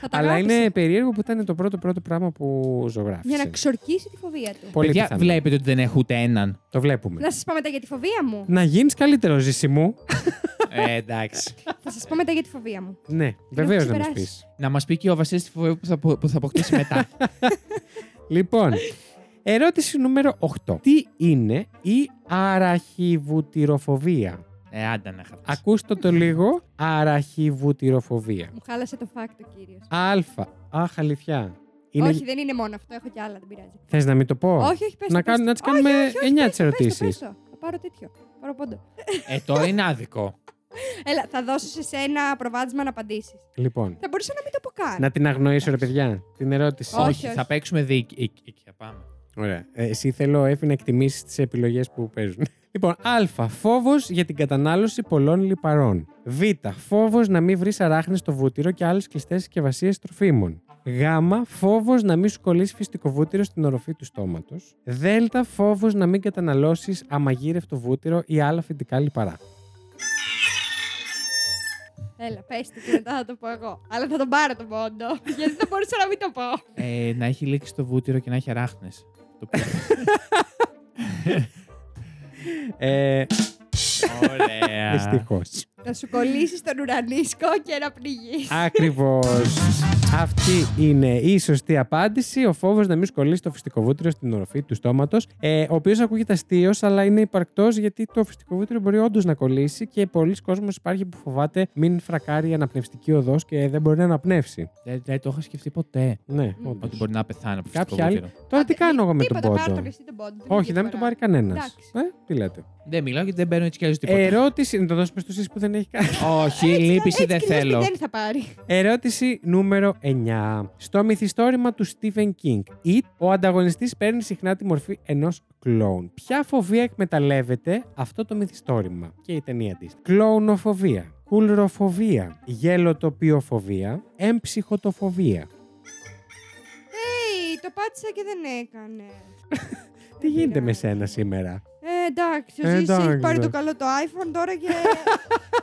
Θα τα Αλλά γράψει είναι περίεργο που ήταν το πρώτο πρώτο πράγμα που ζωγράφησε. Για να ξορκίσει τη φοβία του. Πολύ Παιδιά, πιθανό. βλέπετε ότι δεν έχω ούτε έναν. Το βλέπουμε. Να σας πω μετά για τη φοβία μου. Να γίνεις καλύτερος, ζήσι μου. ε, εντάξει. θα σας πω μετά για τη φοβία μου. ναι, βεβαίως να μας πει. ξεπεράσει. Να μας πει και ο Βασίλης τη φοβία που θα, απο- που θα αποκτήσει μετά. Λοιπόν, ερώτηση νούμερο 8. Τι είναι η αραχιβουτυροφοβία. ε, άντα να χαθείς. Ακούστε το λίγο. Αραχιβουτυροφοβία. Μου χάλασε το φάκτο, κύριο. Α. Αχ, αλήθεια. Είναι... Όχι, δεν είναι μόνο αυτό, έχω κι άλλα, δεν πειράζει. Θες να μην το πω. Όχι, όχι, πες να το, πες κάνουν- το. να τις κάνουμε Όχι, όχι, όχι, εννιά πες το, τις πες το, πες ερωτήσεις. το. Θα πάρω τέτοιο. Πάρω πόντο. ε, τώρα είναι άδικο. Έλα, θα δώσω σε σένα προβάδισμα να απαντήσεις. Λοιπόν, Θα μπορούσα να μην το πω καν. να την αγνοήσω, ρε παιδιά, την ερώτηση. Όχι, θα παίξουμε δίκη. Θα ε, πάμε. Ωραία. Ε, εσύ θέλω, Εφη, να εκτιμήσεις τις επιλογές που παίζουν. Λοιπόν, Α. Φόβος για την κατανάλωση πολλών λιπαρών. Β. Φόβος να μην βρεις αράχνες στο βούτυρο και άλλες κλειστές συσκευασίες τροφίμων. Γ. Φόβος να μην σου κολλήσει φυστικό βούτυρο στην οροφή του στόματος. Δ. Φόβος να μην καταναλώσεις αμαγείρευτο βούτυρο ή άλλα φυτικά λιπαρά. Έλα, πες το και μετά θα το πω εγώ. Αλλά θα τον πάρω τον πόντο. Γιατί δεν μπορούσα να μην το πω. Ε, να έχει λήξει το βούτυρο και να έχει αράχνες. Ε, Ωραία. Δυστυχώς. Να σου κολλήσεις στον ουρανίσκο και να πνιγείς. Ακριβώς. Αυτή είναι η σωστή απάντηση. Ο φόβος να μην σου κολλήσει το φυστικό βούτυρο στην οροφή του στόματος. Ε, ο οποίος ακούγεται αστείος, αλλά είναι υπαρκτός γιατί το φυστικό βούτυρο μπορεί όντως να κολλήσει και πολλοί κόσμος υπάρχει που φοβάται μην φρακάρει η αναπνευστική οδός και δεν μπορεί να αναπνεύσει. δεν, δεν το είχα σκεφτεί ποτέ. Ναι, Μμμ. όντω. Ότι μπορεί να πεθάνω από φυσικό Κάποιοι άλλοι. βούτυρο. Τώρα τι κάνω εγώ με τον Τίποτα, πάρ' πόντο. το και εσύ τον πόντο. Όχι, δεν με το τον πάρει κανένας. Εντάξει. Ε, τι λέτε. Δεν μιλάω γιατί δεν παίρνω έτσι κι αλλιώς τίποτα. Ερώτηση. Να το δώσουμε στο σεις που δεν έχει κάνει. Όχι, λύπηση δεν θέλω. Δεν θα πάρει. Ερώτηση νούμερο 9. Στο μυθιστόρημα του Stephen King, It, ο ανταγωνιστής παίρνει συχνά τη μορφή ενός κλόουν. Ποια φοβία εκμεταλλεύεται αυτό το μυθιστόρημα και η ταινία της. Κλόουνοφοβία, κουλροφοβία, γελοτοπιοφοβία, εμψυχοτοφοβία. Hey, το πάτησα και δεν έκανε. Τι γίνεται με σένα σήμερα. Ε, εντάξει, ο Ε, Ζήσης έχει εντάξει. πάρει το καλό το iPhone τώρα και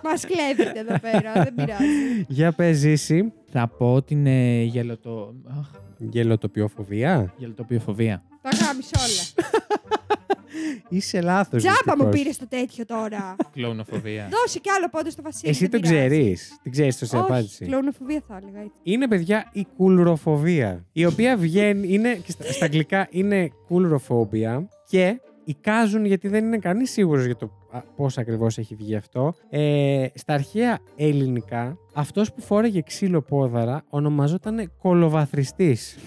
μας κλέβετε εδώ πέρα. Δεν πειράζει. Για πες ζήσει. Θα πω την ε, γελοτο... αχ, Γελοτοπιοφοβία. γελοτοποιοφοβία. Τα γάμισε όλα. Είσαι λάθος. Τζάμπα μου δυστυχώς. πήρες το τέτοιο τώρα. Κλωνοφοβία. Δώσε κι άλλο πόντο στο Βασίλη. Εσύ δεν το πειράζει. ξέρεις. Την ξέρεις τόση Όχι, απάντηση. κλωνοφοβία θα έλεγα. έτσι. Είναι παιδιά η κουλροφοβία. Η οποία βγαίνει, είναι, και στα, στα αγγλικά είναι κουλροφόμπια και Οικάζουν γιατί δεν είναι κανείς σίγουρος για το πώς ακριβώς έχει βγει αυτό. Ε, στα αρχαία ελληνικά, αυτός που φόρεγε ξύλο πόδαρα ονομαζόταν κολοβαθριστής.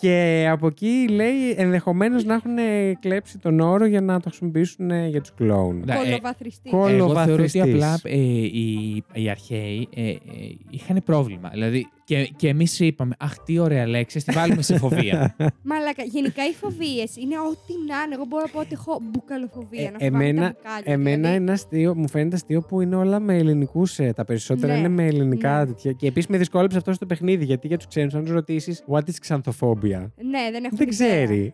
Και από εκεί λέει ενδεχομένως να έχουν κλέψει τον όρο για να το χρησιμοποιήσουν ε, για τους κλόουν. Ναι. ε, Κολοβαθριστή. κολο- Εγώ θεωρώ ότι Κολοβαθριστής. απλά ε, οι, οι αρχαίοι ε, ε, είχαν πρόβλημα. Δηλαδή και, και εμείς είπαμε, Αχ, τι ωραία λέξη, τη βάλουμε σε φοβία. Μαλάκα, γενικά οι φοβίες είναι ό,τι να είναι. Εγώ μπορώ να πω ότι έχω μπουκαλοφοβία. Ε, να φοβάμαι εμένα- τα μπουκάλια, Εμένα δηλαδή. είναι αστείο, μου φαίνεται αστείο που είναι όλα με ελληνικούς. Τα περισσότερα Ναι, είναι με ελληνικά ναι. τέτοια. Και επίσης με δυσκόλεψε αυτό στο παιχνίδι, γιατί για τους ξένους, αν τους ρωτήσεις, What is xanthophobic. Ναι, δεν έχω Δεν ιδέα. Ε, ξέρει.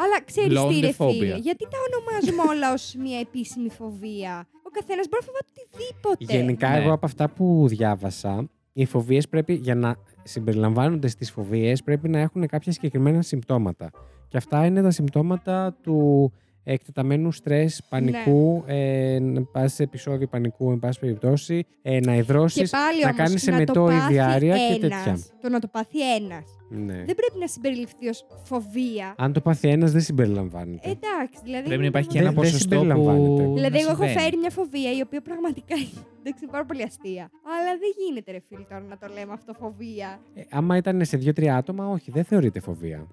Αλλά ξέρεις τι ρε Blondophobia. φίλε. Γιατί τα ονομάζουμε όλα ως μια επίσημη φοβία. Ο καθένας μπορεί να φοβάται οτιδήποτε. Γενικά, Ναι. εγώ από αυτά που διάβασα, οι φοβίες πρέπει για να συμπεριλαμβάνονται στις φοβίες πρέπει να έχουν κάποια συγκεκριμένα συμπτώματα. Και αυτά είναι τα συμπτώματα του εκτεταμένου στρες, πανικού, Ναι. ε, να πας σε επεισόδιο πανικού, εν πάση περιπτώσει, ε, να Και υδρώσεις. πάλι να όμως, κάνεις σε να το μετό η πάθει διάρκεια και ένας. τέτοια. Το να το πάθει ένας. Ναι. Δεν πρέπει να συμπεριληφθεί ως φοβία. Αν το πάθει ένας, δεν συμπεριλαμβάνεται. Εντάξει, δηλαδή. Πρέπει να υπάρχει και Δεν- ένα δεν ποσοστό συμπεριλαμβάνεται. που. Δηλαδή, να εγώ έχω συμβαίνει. φέρει μια φοβία η οποία πραγματικά είναι εντάξει, είναι πάρα πολύ αστεία. Αλλά δεν γίνεται, ρε φίλοι, τώρα να το λέμε αυτό φοβία. Ε, άμα ήταν σε δύο-τρία άτομα, όχι, δεν θεωρείται φοβία.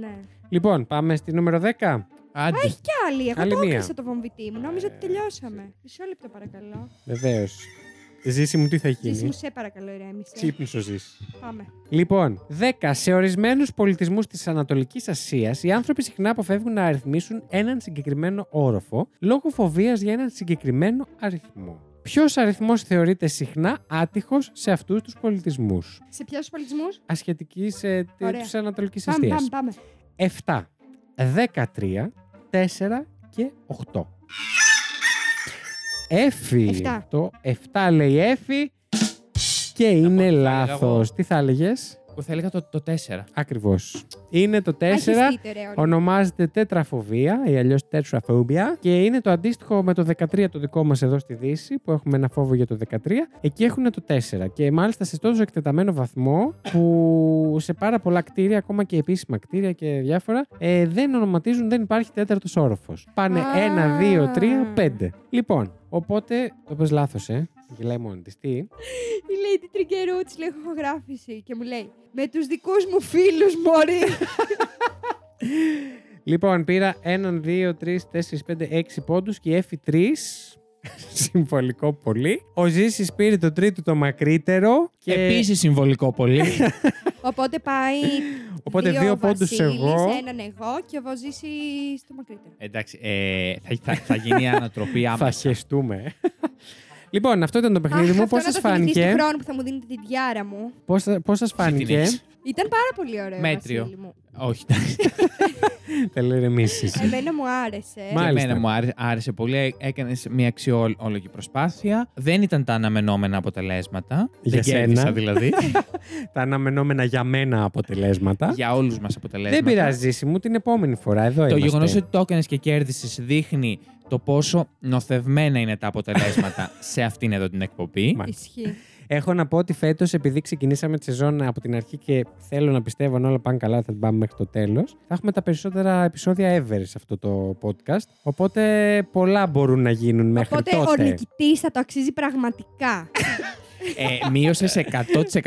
Ναι. Λοιπόν, πάμε στη νούμερο 10. Άντε. Κι άλλοι, εγώ Άλλη το μία. Ε, έκλεισα το βομβιτή μου. Νόμιζα ότι τελειώσαμε. Μισό λεπτό παρακαλώ. Βεβαίως. Ζήση μου, τι θα Ζήση μου γίνει. σε παρακαλώ, ηρέμησε. Ξύπνησε ο Ζήση. Πάμε. Λοιπόν, 10. Σε ορισμένους πολιτισμούς της Ανατολικής Ασίας, οι άνθρωποι συχνά αποφεύγουν να αριθμίσουν έναν συγκεκριμένο όροφο λόγω φοβίας για έναν συγκεκριμένο αριθμό. Ποιος αριθμός θεωρείται συχνά άτυχος σε αυτούς τους πολιτισμούς, Σε ποιους πολιτισμούς? ασχετική ε, Ωραία. τη Ανατολικής Πάμε, Ασίας. πάμε, πάμε. 7, 13, 4 και 8. Έφη. Εφτά. Το 7 λέει Έφη και είναι έλεγα λάθος. εγώ. Τι θα έλεγες, Εγώ θα έλεγα το, το 4. Ακριβώς. Είναι το 4. Αρχιστείτε, ρε, όλοι. Ονομάζεται τετραφοβία ή αλλιώς τετραφοβία και είναι το αντίστοιχο με το 13 το δικό μας εδώ στη Δύση που έχουμε ένα φόβο για το 13. Εκεί έχουν το 4 και μάλιστα σε τόσο εκτεταμένο βαθμό που σε πάρα πολλά κτίρια, ακόμα και επίσημα κτίρια και διάφορα, ε, δεν ονοματίζουν, δεν υπάρχει τέταρτος όροφος. Πάνε Α. 1, 2, 3, 5. Λοιπόν, οπότε το πες λάθος, ε. Γελάει μόνη της. Τι. Η Lady Τριγκερού τη λέει χογράφηση και μου λέει Με τους δικούς μου φίλους, Μωρή. Λοιπόν, πήρα 1, 2, 3, 4, 5, 6 πόντους και η Εφη 3. Συμβολικό πολύ. Ο Ζήσης πήρε το τρίτο το μακρύτερο. Και Και... Επίσης συμβολικό πολύ. Οπότε πάει. Οπότε δύο, πόντους Βασίλης, εγώ. Έναν εγώ και εγώ ζήσει στο μακρύτερο. Εντάξει, ε, θα, θα, θα γίνει η ανατροπή Θα άμεσα. χεστούμε. λοιπόν, αυτό ήταν το παιχνίδι μου. Πώ σα φάνηκε. Τον χρόνο που θα μου δίνετε τη διάρα μου. Πώς, πώς σας Εσύ την φάνηκε. έχεις. Ήταν πάρα πολύ ωραίο. Μέτριο. Βασίλη μου. Όχι, εντάξει. Θέλω ηρεμήσεις. Εμένα μου άρεσε. Μα- Μάλιστα. Εμένα μου άρεσε, άρεσε πολύ. Έκανες μια αξιόλογη προσπάθεια. Δεν ήταν τα αναμενόμενα αποτελέσματα. Για Δεν κέρδισα σένα. δηλαδή. Τα αναμενόμενα για μένα αποτελέσματα. για όλους μας αποτελέσματα. Δεν πειράζει, Ζήση μου, την επόμενη φορά. Εδώ Το είμαστε. γεγονός ότι το έκανες και κέρδισες δείχνει το πόσο νοθευμένα είναι τα αποτελέσματα σε αυτήν εδώ την εκπομπή. Μα- Ισχύει. Έχω να πω ότι φέτος, επειδή ξεκινήσαμε τη σεζόν από την αρχή και θέλω να πιστεύω αν όλα πάνε καλά, θα την πάμε μέχρι το τέλος. Θα έχουμε τα περισσότερα επεισόδια ever σε αυτό το podcast. Οπότε πολλά μπορούν να γίνουν μέχρι Οπότε ο τότε. Ναι. νικητής θα το αξίζει πραγματικά. ε, μείωσε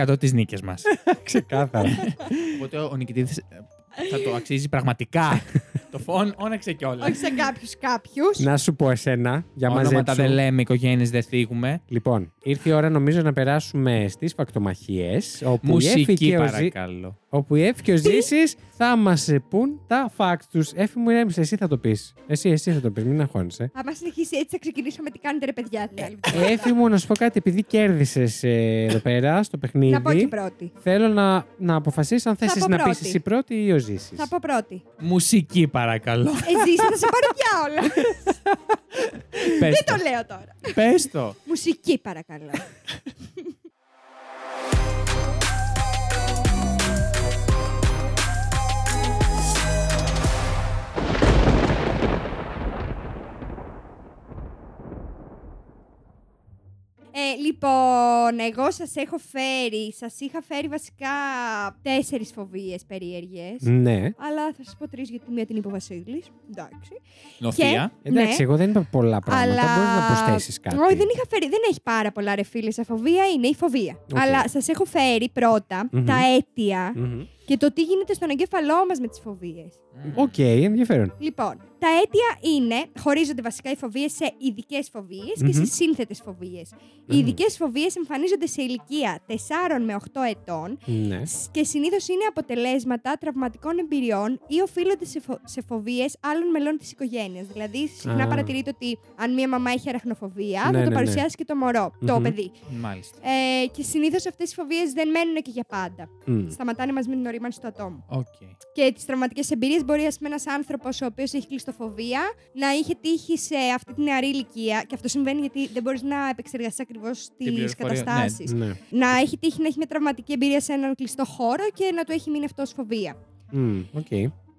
100% τις νίκες μας. Ξεκάθαρα. Οπότε ο νικητής θα το αξίζει πραγματικά. το φων όναξε κιόλας. Όχι σε κάποιους κάποιους. να σου πω εσένα για Ονόματα δεν μαζέψου. λέμε, οικογένειες δεν θίγουμε. Λοιπόν, ήρθε η ώρα νομίζω να περάσουμε στις φακτομαχίες. Όπου, η Εύη Μουσική και ο Ζη- παρακαλώ. όπου η Εύη και ο Ζήσης θα μας πούν τα facts τους. Εφη μου, ηρέμησε, εσύ θα το πεις. Εσύ, εσύ θα το πεις, μην αγχώνεσαι. Αν συνεχίσει έτσι, θα ξεκινήσω με τι κάνετε, ρε παιδιά. την άλλη φορά. Έφη μου, να σου πω κάτι, επειδή κέρδισες εδώ πέρα στο Να πω και παιχνίδι, πρώτη. θέλω να, να αποφασίσεις αν πω θέσει να πεις πρώτη. εσύ πρώτη ή ο Ζήση. Θα πω πρώτη. Μουσική παρακαλώ. Εσύ Ε, θα σε πάρω διάολα. Πες Δεν το λέω τώρα. Πες το. Μουσική, παρακαλώ. Ε, Λοιπόν, εγώ σας έχω φέρει, σας είχα φέρει βασικά τέσσερις φοβίες περίεργες. Ναι. Αλλά θα σας πω τρεις γιατί μία την είπε ο Βασίλης. Εντάξει. ναι. Νοθεία. Εντάξει, εγώ δεν είπα πολλά πράγματα. Αλλά... Αλλά... Μπορείς να προσθέσεις κάτι. Όχι, δεν είχα φέρει. Δεν έχει πάρα πολλά ρε φίλε. Σαν φοβία είναι η φοβία. Οκ. Αλλά σας έχω φέρει πρώτα Μμμ. τα αίτια Μμμ. και το τι γίνεται στον εγκέφαλό μας με τις φοβίες. Οκ, ενδιαφέρον. Λοιπόν, τα αίτια είναι, χωρίζονται βασικά οι φοβίες σε ειδικές και σε Μμμ. σύνθετες φοβίες. Οι Μμμ. ειδικές φοβίες εμφανίζονται σε ηλικία 4 με 8 ετών Ναι. σ- και συνήθως είναι αποτελέσματα τραυματικών εμπειριών ή οφείλονται σε, φο- σε φοβίες άλλων μελών της οικογένειας. Δηλαδή, συχνά Α. παρατηρείται ότι αν μία μαμά έχει αραχνοφοβία, Ναι, θα ναι, το ναι. παρουσιάσει και το μωρό, το Μμμ. παιδί. Μάλιστα. Ε, και συνήθως αυτές οι φοβίες δεν μένουν και για πάντα. Μμ. Σταματάνε μαζί με την ορίμανση του ατόμου Οκ. και τις τραυματικές εμπειρίες μπορεί ένας άνθρωπος ο οποίος έχει κλειστοφοβία να είχε τύχει σε αυτή την νεαρή ηλικία. Και αυτό συμβαίνει γιατί δεν μπορείς να επεξεργαστείς ακριβώς τις πληροφορία, καταστάσεις. Ναι. Να έχει τύχει να έχει μια τραυματική εμπειρία σε έναν κλειστό χώρο και να του έχει μείνει αυτό ως φοβία. Μμ, Οκ.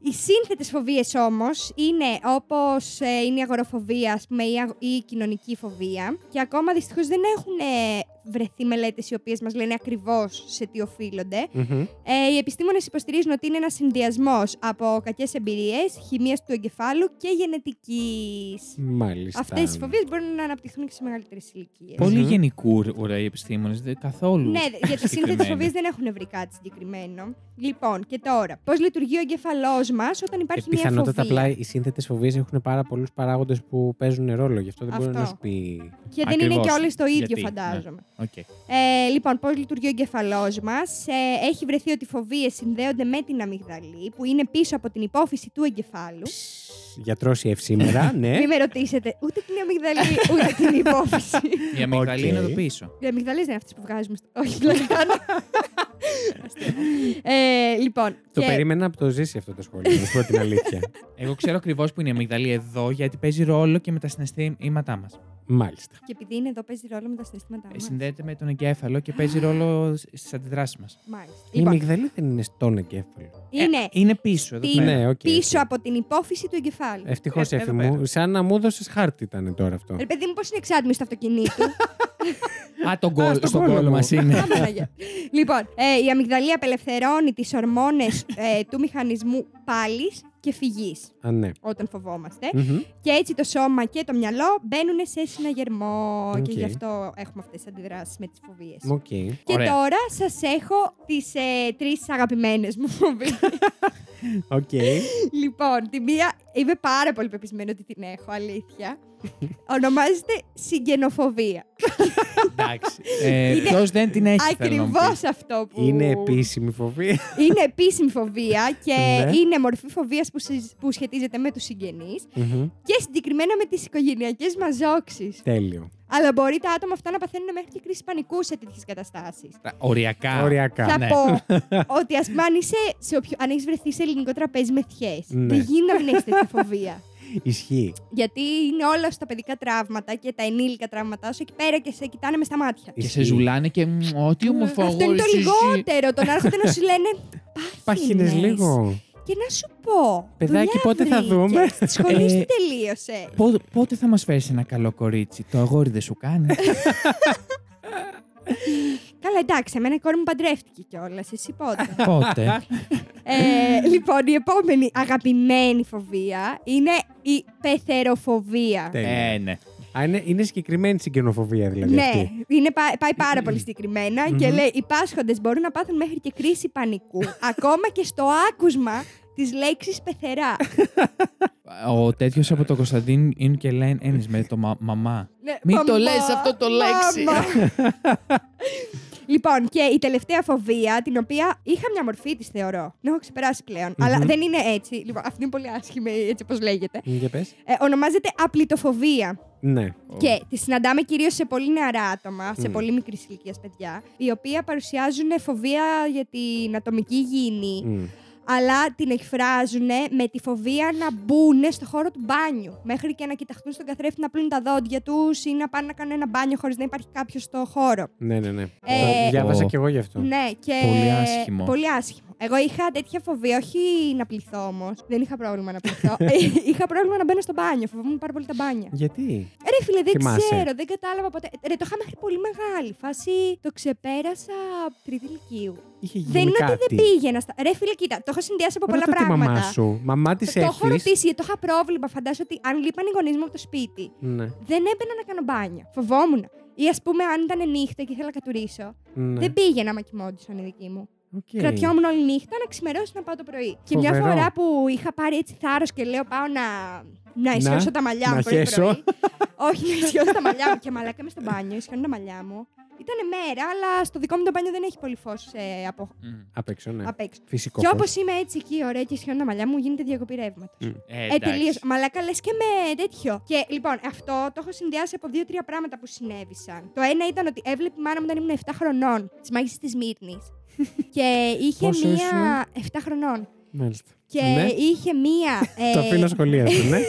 Οι σύνθετες φοβίες όμως είναι όπως ε, είναι η αγοροφοβία ας πούμε, ή, η αγο- ή η κοινωνική φοβία και ακόμα δυστυχώς δεν έχουν ε, βρεθεί μελέτες οι οποίες μας λένε ακριβώς σε τι οφείλονται Μμμ. ε, οι επιστήμονες υποστηρίζουν ότι είναι ένας συνδυασμός από κακές εμπειρίες, χημίας του εγκεφάλου και γενετικής. Μάλιστα. Αυτές οι φοβίες μπορούν να αναπτυχθούν και σε μεγαλύτερες ηλικίες. Πολύ Μμμ. γενικούρα οι επιστήμονε, καθόλου. Ναι, δε- για τι σύνθετε συγκεκριμένοι. φοβίες δεν έχουν βρει κάτι συγκεκριμένο. Λοιπόν, και τώρα, πώς λειτουργεί ο εγκεφαλός μας όταν υπάρχει μια φοβία. Ε, Πιθανότατα απλά οι σύνθετες φοβίες έχουν πάρα πολλούς παράγοντες που παίζουν ρόλο. Γι' αυτό δεν μπορεί να Αυτό. σου πει. Και δεν είναι και Ακριβώς. όλες το ίδιο, Γιατί, ναι. φαντάζομαι. Οκ. Ε, λοιπόν, πώς λειτουργεί ο εγκεφαλός μας. Ε, έχει βρεθεί ότι οι φοβίες συνδέονται με την αμυγδαλή, που είναι πίσω από την υπόφυση του εγκεφάλου. Γιατρός η σήμερα, ναι. Μην με ρωτήσετε ούτε την αμυγδαλή, ούτε την υπόφυση. Η αμυγδαλή Οκ. είναι εδώ πίσω. Οι αμυγδαλές δεν είναι αυτές που βγάζουμε. στο- Όχι, πλάκα κάνω. Αστεία. Ε, Λοιπόν, Το και- περίμενα από το ζήσει αυτό το σχόλιο, να σου πω την αλήθεια. Εγώ ξέρω ακριβώς που είναι η αμυγδαλή εδώ, γιατί παίζει ρόλο και με τα συναισθήματά μας. Μάλιστα. και επειδή είναι εδώ παίζει ρόλο με τα συναισθήματά Ε, μας. Συνδέεται με τον εγκέφαλο και παίζει ρόλο στις αντιδράσεις μας. Μάλιστα. Η Λοιπόν, μυγδαλή δεν είναι στον εγκέφαλο. είναι Ε, είναι πίσω εδώ Τι- πέρα. Ναι, οκ. πίσω από την υπόφυση του εγκεφάλου. Ευτυχώς Ε, εδώ έφη μου. πέρα. Σαν να μου έδωσες χάρτη ήταν τώρα αυτό. Ρε παιδί μου, πώς είναι εξάτμιση του αυτοκινήτου. Α, τον Α, κόλ, στον στον κόλλο κόλλο μου. μας είναι. Άμα να γε- Λοιπόν, ε, η αμυγδαλή απελευθερώνει τις ορμόνες ε, του μηχανισμού πάλης και φυγής Α, ναι. όταν φοβόμαστε. Μμμ. Και έτσι το σώμα και το μυαλό μπαίνουν σε συναγερμό. Και Οκ. γι' αυτό έχουμε αυτές τις αντιδράσεις με τις φοβίες. Οκ. Και Ωραία. τώρα σας έχω τις ε, τρεις αγαπημένες μου φοβίες. Οκ. λοιπόν, τη μία είμαι πάρα πολύ πεπισμένη ότι την έχω, αλήθεια. Ονομάζεται συγγενοφοβία. Εντάξει. Είναι Ποιος Ε, δεν την έχει, θέλω να μου Ακριβώς πεις. αυτό που. Είναι επίσημη φοβία. είναι επίσημη φοβία και Ναι. είναι μορφή φοβίας που, συζ- που σχετίζεται με τους συγγενείς Μμμ. και συγκεκριμένα με τις οικογενειακές μαζόξει. Τέλειο. Αλλά μπορεί τα άτομα αυτά να παθαίνουν μέχρι και κρίση πανικού σε τέτοιες καταστάσεις. Τα- Οριακά. Θα Οριακά. ναι. πω ότι ας πούμε, αν, είσαι σε όποιο- αν έχεις βρεθεί σε ελληνικό τραπέζι με θιές, Ναι. δεν γίνεται να μην έχει τέτοια φοβία. Ισχύει. Γιατί είναι όλα στα παιδικά τραύματα και τα ενήλικα τραύματά σου εκεί πέρα και σε κοιτάνε με στα μάτια. Και σε Ισχύει. ζουλάνε και μ, ό,τι ομοφοβό. Αυτό είναι το λιγότερο. Το να έρχονται να σου λένε. Παχύνες «Πάχυνες». λίγο. Και να σου πω. Παιδάκι, δουλειά πότε θα βρήκες. δούμε? Τη σχολή σου Ε, τελείωσε. Πότε θα μας φέρεις ένα καλό κορίτσι, το αγόρι δεν σου κάνει. Καλά, εντάξει, εμένα η κόρη μου παντρεύτηκε κιόλας. Εσύ πότε. Πότε. ναι. Ε, λοιπόν, η επόμενη αγαπημένη φοβία είναι η πεθεροφοβία. Τέλειο. Ε, ναι. Α, είναι, είναι συγκεκριμένη συγκενοφοβία δηλαδή Ναι, αυτή. είναι, πά- πάει πάρα πολύ συγκεκριμένα και Μμμ. λέει: Οι πάσχοντες μπορούν να πάθουν μέχρι και κρίση πανικού, ακόμα και στο άκουσμα της λέξης πεθερά. Ο τέτοιος από το Κωνσταντίν είναι και λέει ένις με το μα- μαμά. Ναι, Μην μαμά, το λες αυτό το λέξη. μαμά. λοιπόν, και η τελευταία φοβία, την οποία είχα μια μορφή της, θεωρώ. Την έχω ξεπεράσει πλέον, αλλά Μμμ. δεν είναι έτσι. Λοιπόν, αυτή είναι πολύ άσχημη, έτσι όπως λέγεται. Μ, Για πες. Ε, ονομάζεται απλητοφοβία. Ναι. Και τη συναντάμε κυρίως σε πολύ νεαρά άτομα, σε Μμ. πολύ μικρής ηλικίας παιδιά, οι οποία παρουσιάζουν φοβία για την ατομική υγιεινή, Μμ. αλλά την εκφράζουν με τη φοβία να μπουν στο χώρο του μπάνιου. Μέχρι και να κοιταχτούν στον καθρέφτη να πλύνουν τα δόντια τους ή να πάνε να κάνουν ένα μπάνιο χωρίς να υπάρχει κάποιος στο χώρο. Ναι, ναι, ναι. Ε, Το διάβασα Ω. κι εγώ γι' αυτό. Ναι, και. Πολύ άσχημο. Πολύ άσχημο. Εγώ είχα τέτοια φοβία, όχι να πληθώ όμως. Δεν είχα πρόβλημα να πληθώ. Ε, είχα πρόβλημα να μπαίνω στο μπάνιο. Φοβόμουν πάρα πολύ τα μπάνια. Γιατί. Ρε φίλε, δεν Θυμάσαι. ξέρω, δεν κατάλαβα ποτέ. Ρε, το είχα μέχρι πολύ μεγάλη φάση. Το ξεπέρασα τρίτη ηλικίου. Είχε γίνει Δεν είναι κάτι. ότι δεν πήγαινα. Στα... Ρε φίλε, κοίτα, το έχω συνδυάσει από πολλά Ρώτα τη πράγματα. μαμά σου. Μαμά της Το έχω Εφη. ρωτήσει, γιατί το είχα πρόβλημα. Φαντάζομαι ότι αν λείπαν οι γονείς μου από το σπίτι, Ναι, δεν έμπαινα να κάνω μπάνια. Φοβόμουν. Ή ας πούμε, αν ήταν νύχτα και ήθελα να κατουρίσω, ναι. δεν πήγαινα μα κοιμόντουσαν οι δικοί μου. Οκ. Κρατιόμουν όλη νύχτα να ξημερώσει να πάω το πρωί. Και μια Φοβερό. φορά που είχα πάρει έτσι θάρρος και λέω πάω να, να ισιώσω τα μαλλιά να μου πρωί, χέσω. πρωί. Όχι, να ισιώσω τα μαλλιά μου. Και μαλάκα με στο μπάνιο, ισιώνω τα μαλλιά μου. Ήταν μέρα, αλλά στο δικό μου το μπάνιο δεν έχει πολύ φως ε, από, Μμ. Απ' έξω, ναι. απ' έξω. Φυσικό. Και φως. όπως είμαι έτσι εκεί, ωραία, και ισιώνω τα μαλλιά μου, γίνεται διακοπή ρεύματος. Ε, Ε, εντάξει. τελείως. Μαλάκα λες και με τέτοιο. Και λοιπόν, αυτό το έχω συνδυάσει από δύο-τρία πράγματα που συνέβησαν. Το ένα ήταν ότι έβλεπε η μάνα μου όταν ήμουν 7 χρονών, της μάγισσας της Μύρνης. και είχε Πόσο μία. 7 χρονών. Μάλιστα. Και Ναι. είχε μία. Το αφήνω Ε, σχολεία σου, ναι.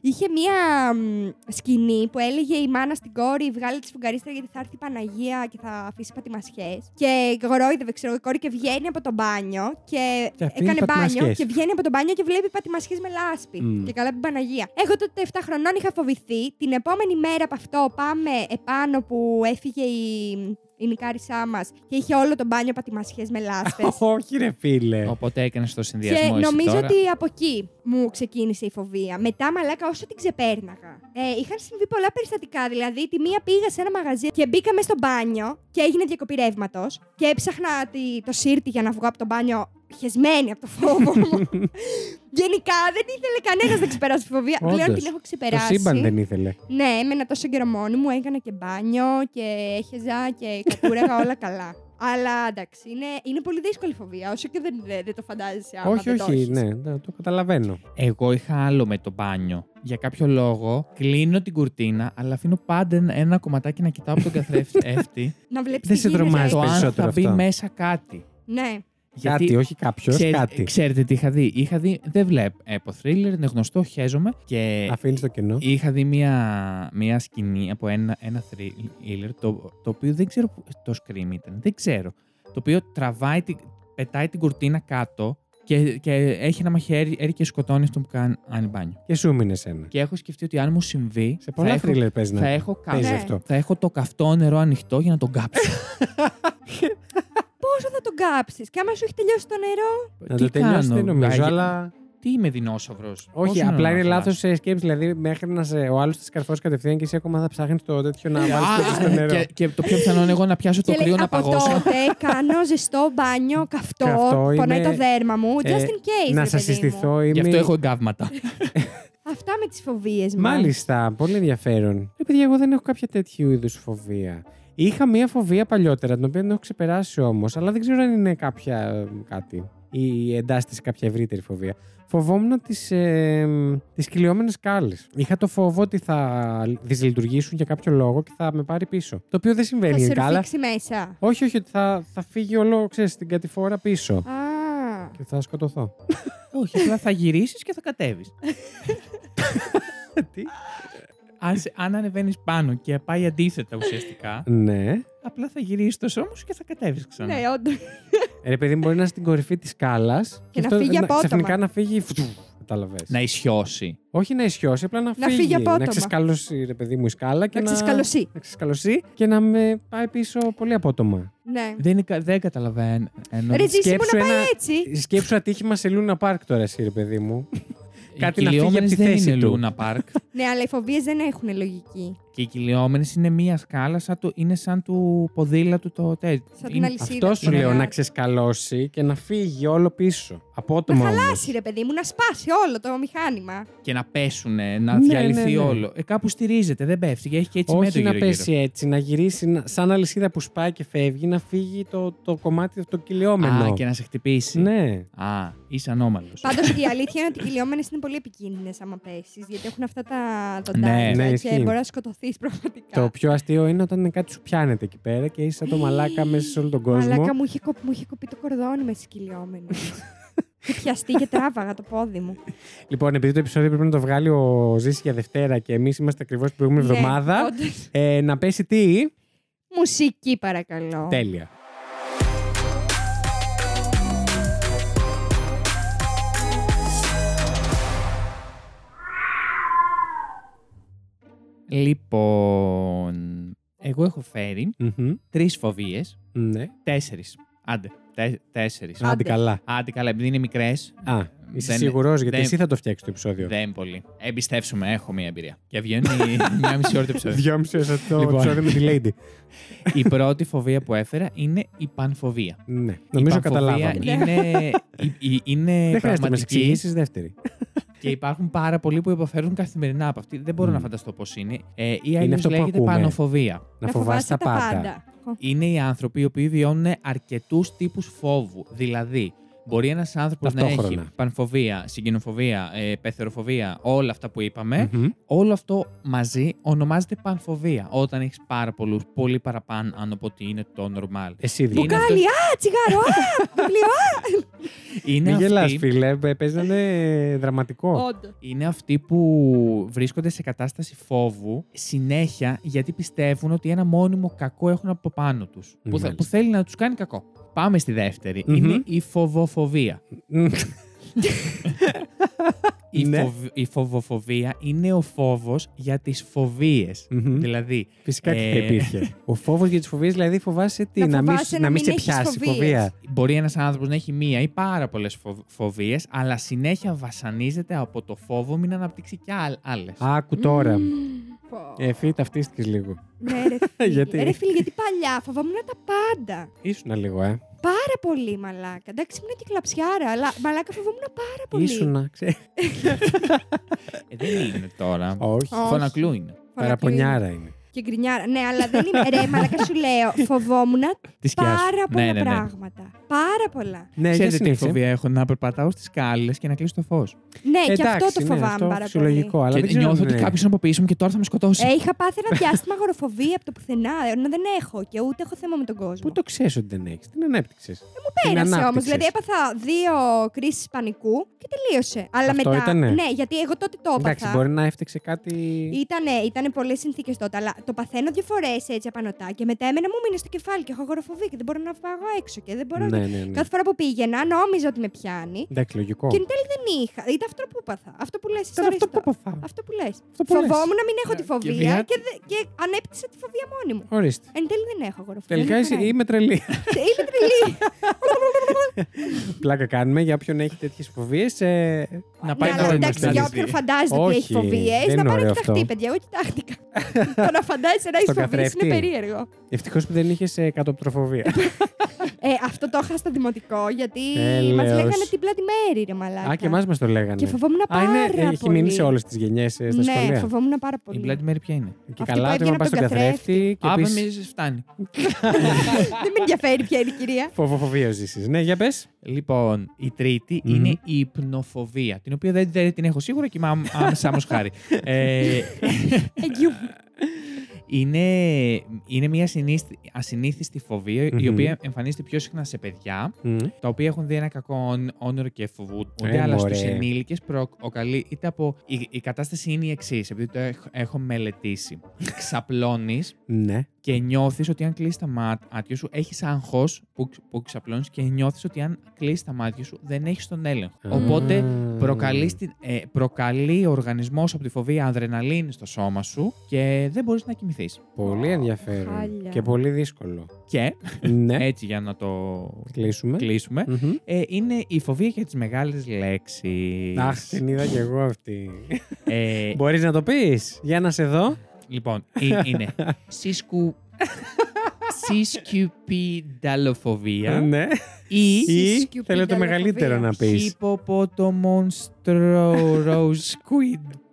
είχε μία μ, σκηνή που έλεγε η μάνα στην κόρη: Βγάλε τη σφουγγαρίστρα γιατί θα έρθει η Παναγία και θα αφήσει πατημασιές. Και γορόιδευε, ξέρω η κόρη και βγαίνει από το μπάνιο. Και, Και αφήνει έκανε μπάνιο. πατημασιές. Και βγαίνει από το μπάνιο και βλέπει πατημασιές με λάσπη. Μμ. Και καλά την Παναγία. Εγώ τότε 7 χρονών είχα φοβηθεί. Την επόμενη μέρα από αυτό πάμε επάνω που έφυγε η, η νικάρισσά μας και είχε όλο το μπάνιο πατημασιές με λάσπε. Όχι, ρε φίλε. Οπότε έκανες το συνδυασμό Και εσύ νομίζω τώρα. ότι από εκεί μου ξεκίνησε η φοβία. Μετά, μαλάκα, όσο την ξεπέρναγα. Ε, είχαν συμβεί πολλά περιστατικά. Δηλαδή, τη μία πήγα σε ένα μαγαζί και μπήκα μέσα στο μπάνιο και έγινε διακοπή ρεύματος. Και έψαχνα τη- το σύρτη για να βγω από το μπάνιο χεσμένη από το φόβο μου. Γενικά, δεν ήθελε κανένας να ξεπεράσει τη φοβία. Πλέον Όντως. την έχω Το ξεπεράσει. σύμπαν δεν ήθελε. Ναι, έμενα τόσο καιρό μόνη μου, έκανα και μπάνιο και έχεζα και κατούραγα όλα καλά. Αλλά εντάξει, είναι, είναι πολύ δύσκολη φοβία, όσο και δεν, δεν, δεν το φαντάζεσαι άμα όχι, δεν το όχι, έχεις. ναι, ναι, το καταλαβαίνω. Εγώ είχα άλλο με το μπάνιο. Για κάποιο λόγο κλείνω την κουρτίνα, αλλά αφήνω πάντα ένα- ένα κομματάκι να κοιτάω από τον καθρέφτη. Να βλέπεις Δεν τι σε γίνεται. τρομάζει. το αν Περισσότερο θα μπει αυτό. μέσα κάτι. Ναι. Γιατί- Κάτι, όχι κάποιος, Ξέρε- κάτι. Ξέρετε τι είχα δει. Είχα δει, δεν βλέπω θρίλερ, είναι γνωστό, χαίζομαι. Και Αφήνεις το κενό. είχα δει μία, μία σκηνή από ένα, ένα thriller, το, το οποίο δεν ξέρω, που- το scream ήταν, δεν ξέρω. Το οποίο τραβάει, την- πετάει την κουρτίνα κάτω και, και έχει ένα μαχαίρι έρει και σκοτώνει αυτόν που κάνει μπάνιο. Και σου μείνε ένα. Και έχω σκεφτεί ότι αν μου συμβεί, Σε θα πολλά έχω, θρίλερ παίζει θα να έχω, κα- παίζει Ναι. αυτό. θα έχω το καυτό νερό ανοιχτό για να τον κάψω. Πόσο θα τον κάψεις, και άμα σου έχει τελειώσει το νερό. Να το τελειώσει δεν νομίζω, αλλά. Τι είμαι δεινόσαυρος. Όχι, απλά είναι λάθο σκέψη. Δηλαδή, μέχρι να σε, ο άλλος της καρφώσεις κατευθείαν και εσύ ακόμα θα ψάχνεις το τέτοιο να βάλει το στο νερό. και, και το πιο πιθανό είναι εγώ να πιάσω το και λέει κρύο να από παγώσω. τότε κάνω ζεστό μπάνιο, καυτό, Καυτό πονάει είναι- το δέρμα μου. ε, Just in case. Να ρε σα παιδί μου. συστηθώ, Γι' είμαι. αυτό έχω εγκάβματα. Αυτά με τις φοβίες μου. Μάλιστα, πολύ ενδιαφέρον. Ρε παιδιά, εγώ δεν έχω κάποια τέτοιου είδους φοβία. Είχα μία φοβία παλιότερα, την οποία την έχω ξεπεράσει όμως, αλλά δεν ξέρω αν είναι κάποια ε, κάτι ή εντάσσεται σε κάποια ευρύτερη φοβία. Φοβόμουν τις, ε, τις κυλιόμενες κάλες. Είχα το φόβο ότι θα δυσλειτουργήσουν για κάποιο λόγο και θα με πάρει πίσω. Το οποίο δεν Θα συμβαίνει σε γενικά, αλλά... ρίξει μέσα. Όχι, όχι, ότι θα, θα φύγει όλο, ξέρεις, την κατηφόρα πίσω. Α, Και θα σκοτωθώ. Όχι, απλά θα γυρίσεις και θα κατέβεις. Τι? αν σε- αν ανεβαίνεις πάνω και πάει αντίθετα ουσιαστικά, ναι. απλά θα γυρίσεις το σώμα σου και θα κατέβεις ξανά. ναι, όντως. Ρε παιδί μου, μπορεί να είναι στην κορυφή της σκάλας και, να φύγει απότομα. Ξαφνικά να φύγει. Κατάλαβες. Να ισιώσει. Όχι να ισιώσει, απλά να, φύγει απότομα. Να ξεσκαλώσει, ρε παιδί μου, η σκάλα και Να να. ξεσκαλωσεί. να ξεσκαλωσεί και να με πάει πίσω πολύ απότομα. Ναι. Δεν, είναι κα- δεν καταλαβαίνω. Ενώ- Ρε Ζήση μου να σκέψου πάει ένα- έτσι. Σκέψου ατύχημα σε Λούνα Πάρκ τώρα, εσύ, ρε παιδί μου. οι κάτι να φύγει από τη κυλιόμενες δεν θέση είναι του. Λούνα Πάρκ. Ναι, αλλά οι φοβίες δεν έχουν λογική. και οι κυλιόμενες είναι μία σκάλα, σαν το, είναι σαν του ποδήλατου το τέτοιο. Σαν την Είναι- αλυσίδα. Αυτός σου Ναι. λέω, να ξεσκαλώσει και να φύγει όλο πίσω. Να Απότομα. χαλάσει, ρε παιδί μου, να σπάσει όλο το μηχάνημα. και να πέσουνε, να Ναι, διαλυθεί ναι, ναι. όλο. Ε, κάπου στηρίζεται, δεν πέφτει και έχει και έτσι μέτρο Όχι να γύρω-γύρω. πέσει έτσι, να γυρίσει να- σαν αλυσίδα που σπάει και φεύγει, να φύγει το, το κομμάτι το κυλιόμενο. Α, και να σε χτυπήσει. Ναι. Α, είσαι ανώμαλος. Πάντως η αλήθεια είναι ότι οι κυλιόμενες είναι πολύ επικίνδυνες άμα πέσεις, γιατί έχουν αυτά τα Ναι, δοντάρια ναι, και ισχύει. μπορεί να σκοτωθεί πραγματικά. Το πιο αστείο είναι όταν κάτι σου πιάνεται εκεί πέρα και είσαι σαν το μαλάκα μέσα σε όλο τον κόσμο. Μαλάκα μου είχε, κοπ- μου είχε κοπεί το κορδόνι με στι κυλιόμενε. και πιαστεί και τράβαγα το πόδι μου. Λοιπόν, επειδή το επεισόδιο πρέπει να το βγάλει ο Ζήση για Δευτέρα και εμείς είμαστε ακριβώς την προηγούμενη εβδομάδα. Ναι, όντως. ε, να πέσει τι. Μουσική παρακαλώ. Τέλεια. Λοιπόν, εγώ έχω φέρει Μμμ. τρεις φοβίες. Ναι. Τέσσερις. Άντε, τε, τέσσερις. Άντε καλά. Άντε καλά, επειδή είναι μικρές, Α, είσαι Δεν- σίγουρος γιατί δεν- εσύ θα το φτιάξεις το επεισόδιο. δεν πολύ. Εμπιστεύσουμε, έχω μία εμπειρία. Και βγαίνει μια μισή ώρα το επεισόδιο. Δυόμιση ώρε το Λοιπόν. επεισόδιο με τη Lady. Η πρώτη φοβία που έφερα είναι η πανφοβία. Ναι, Η νομίζω πανφοβία καταλάβαμε. Ε, Είναι, η- η- είναι Δεν χρειάζεται να μας πραγματική εξηγήσεις δεύτερη. και υπάρχουν πάρα πολλοί που υποφέρουν καθημερινά από αυτή. Δεν μπορώ να Μμ. φανταστώ πώς είναι. Ε, ή αλλιώ αυτό που λέγεται ακούμε. πανοφοβία. Να φοβάσαι τα πάντα. Είναι οι άνθρωποι οι οποίοι βιώνουν αρκετούς τύπους φόβου. Δηλαδή, μπορεί ένας άνθρωπος να Ταυτόχρονα. ναι. έχει πανφοβία, συγκινοφοβία, ε, πεθεροφοβία, όλα αυτά που είπαμε. Μμμ. Όλο αυτό μαζί ονομάζεται πανφοβία. Όταν έχεις πάρα πολλούς, πολύ παραπάνω από ότι είναι το normal. Εσύ Είναι δηλαδή. Μπουκά- Μπουκάλι, α, τσιγάρο, α, βιβλίο, α. Είναι Μην γελάς, αυτοί, φίλε. ε, Παίζει να είναι δραματικό. Όντως. είναι αυτοί που βρίσκονται σε κατάσταση φόβου συνέχεια γιατί πιστεύουν ότι ένα μόνιμο κακό έχουν από πάνω τους. Που, θα- Μάλιστα. που θέλει να τους κάνει κακό. Πάμε στη δευτερη Μμμ. Είναι η φοβοφοβία. Μμ. Η, Ναι. φοβ- η φοβοφοβία είναι ο φόβος για τις φοβίες. Μμμ. Δηλαδή, Φυσικά και θα Ε, υπήρχε. Ο φόβος για τις φοβίες, δηλαδή φοβάσαι τι, Να να, μην, φοβάσαι σ- να να μην μην σε έχεις πιάσει φοβίες. φοβία. μπορεί ένας άνθρωπος να έχει μία ή πάρα πολλές φοβίες, αλλά συνέχεια βασανίζεται από το φόβο μην αναπτύξει και άλλες. Άκου τώρα. Πω. Εφή, ταυτίστηκες λίγο. Ναι, ρε φίλε. Γιατί? Ρε φίλε, γιατί παλιά φοβόμουν τα πάντα. Ήσουνα λίγο, ε. Πάρα πολύ μαλάκα. Εντάξει, ήμουν και κλαψιάρα, αλλά μαλάκα φοβόμουν πάρα πολύ. Ήσουνα, ξέρει. Ε, δεν είναι τώρα. Όχι. Ε, Όχι. Φωνακλού είναι. Παραπονιάρα είναι. Και γκρινιάρα. Ναι, αλλά δεν είμαι. Ρε, μαλάκα σου λέω. Φοβόμουν Τη σκιά σου. πάρα πολλά Ναι, ναι, ναι. πράγματα. Πάρα πολλά. Ναι, για Ξέρετε τι συνέχισε. φοβία έχω να περπατάω στις κάλε και να κλείσω το φως. Ναι, και Εντάξει, αυτό το ναι, φοβάμαι αυτό πάρα πολύ. φυσιολογικό, αλλά δεν Και ξέρω νιώθω αν ότι είναι- κάποιος είναι από πίσω μου και τώρα θα με σκοτώσει. Ε, είχα πάθει ένα διάστημα αγοροφοβία από το πουθενά. Ενώ δεν έχω και ούτε έχω θέμα με τον κόσμο. Ε, Πού το ξέρεις ότι δεν έχεις, την ανέπτυξες. Μου Πέρασε όμω. Δηλαδή, έπαθα δύο κρίσεις πανικού και τελείωσε. Αλλά Αυτό μετά. ήτανε? Ναι, γιατί εγώ τότε το Εντάξει, έπαθα. μπορεί να έφτιαξε κάτι. Ήτανε, ήτανε πολλές συνθήκες τότε, αλλά το παθαίνω δύο φορές έτσι απανοτά και μετά εμένα μου μείνει στο κεφάλι και έχω αγοροφοβία και δεν μπορώ να πάω έξω και δεν μπορώ. Ναι, ναι, Λοιπόν. ναι. Κάθε φορά που πήγαινα, νόμιζα ότι με πιάνει. Εντάξει, λογικό. Και εν τέλει δεν είχα. Ήταν αυτό που έπαθα. Αυτό που λες. Ήταν αυτό που παθάω. Αυτό που λες. Αυτό που λες. Ναι. Φοβόμουν να μην έχω τη Και φοβία βγα- και, δε- και ανέπτυσα τη φοβία μόνη μου. Ορίστε. Εν τέλει Ε, δεν έχω αγοροφοβία. Τελικά Μια χαρά είσαι- είμαι τρελή. είναι. Είμαι τρελή. Πλάκα κάνουμε για όποιον έχει ε, τέτοιες φοβίες. Να Ναι, πάει αλλά να εντάξει, μας για να όποιον δει. φαντάζεται ότι Όχι, έχει δεν φοβίες, είναι να πάει ωραίο να αυτό. κοιταχτεί, παιδιά. Εγώ κοιτάχτηκα. Το να φαντάζεσαι να έχει Στον φοβίε είναι καθρέφτη. περίεργο. Ευτυχώς που δεν είχες κατοπτροφοβία. Ε, αυτό το είχα στο δημοτικό γιατί Έλεος. μα λέγανε την πλάτη μέρη, ρε Μαλάκα. Ε, Α, και εμάς μας το λέγανε. Και φοβόμουν Α, πάρα είναι, ε, πολύ. έχει μείνει σε όλες τις γενιές ε, στα Ναι, σχολεία. φοβόμουν πάρα Η πολύ. Bloody Mary ποια είναι. Και Αυτή καλά, που έπρεπε να έβγαινε πας από στον τον καθρέφτη και Α, επίση. με φτάνει. Δεν με ενδιαφέρει ποια είναι η κυρία. Φοβοφοβία ζήσεις. Ναι, για πες. Λοιπόν, η τρίτη Μμμ. είναι η υπνοφοβία, την οποία δεν, δεν την έχω σίγουρα και είμαι άμεσα άμεσο χάρη. Ε, Εγγυού. είναι, είναι μια συνίστη- ασυνήθιστη φοβία, η Μμμ. οποία εμφανίζεται πιο συχνά σε παιδιά, τα οποία έχουν δει ένα κακό όν- όνειρο και φοβούνται. Ε, αλλά μωρέ. στου ενήλικε προκαλεί είτε από. Η, η κατάσταση είναι η εξής, επειδή το έχ- έχω μελετήσει. Ξαπλώνεις Ναι. και νιώθεις ότι αν κλείσεις τα μάτια σου, έχεις άγχος που, ξ- που ξαπλώνεις και νιώθεις ότι αν κλείσεις τα μάτια σου δεν έχεις τον έλεγχο. Οπότε Α. προκαλείς, την- ε, προκαλεί ο οργανισμός από τη φοβία αδρεναλίνη στο σώμα σου και δεν μπορείς να κοιμηθείς. Πολύ ενδιαφέρον. χάλια. Ε, Και πολύ δύσκολο. Και ναι, έτσι για να το κλείσουμε. κλείσουμε. Μμμ. Ε, είναι η φοβία για τις μεγάλες ε, λέξεις. Αχ, την είδα κι εγώ αυτή. Ε, Μπορείς να το πεις. Για να σε δω. λοιπόν, ε, είναι σίσκου... Συσκουπινταλοφοβία Ναι. ή Ή θέλω σκιουπίδα το λογοφοβία. μεγαλύτερο να πει.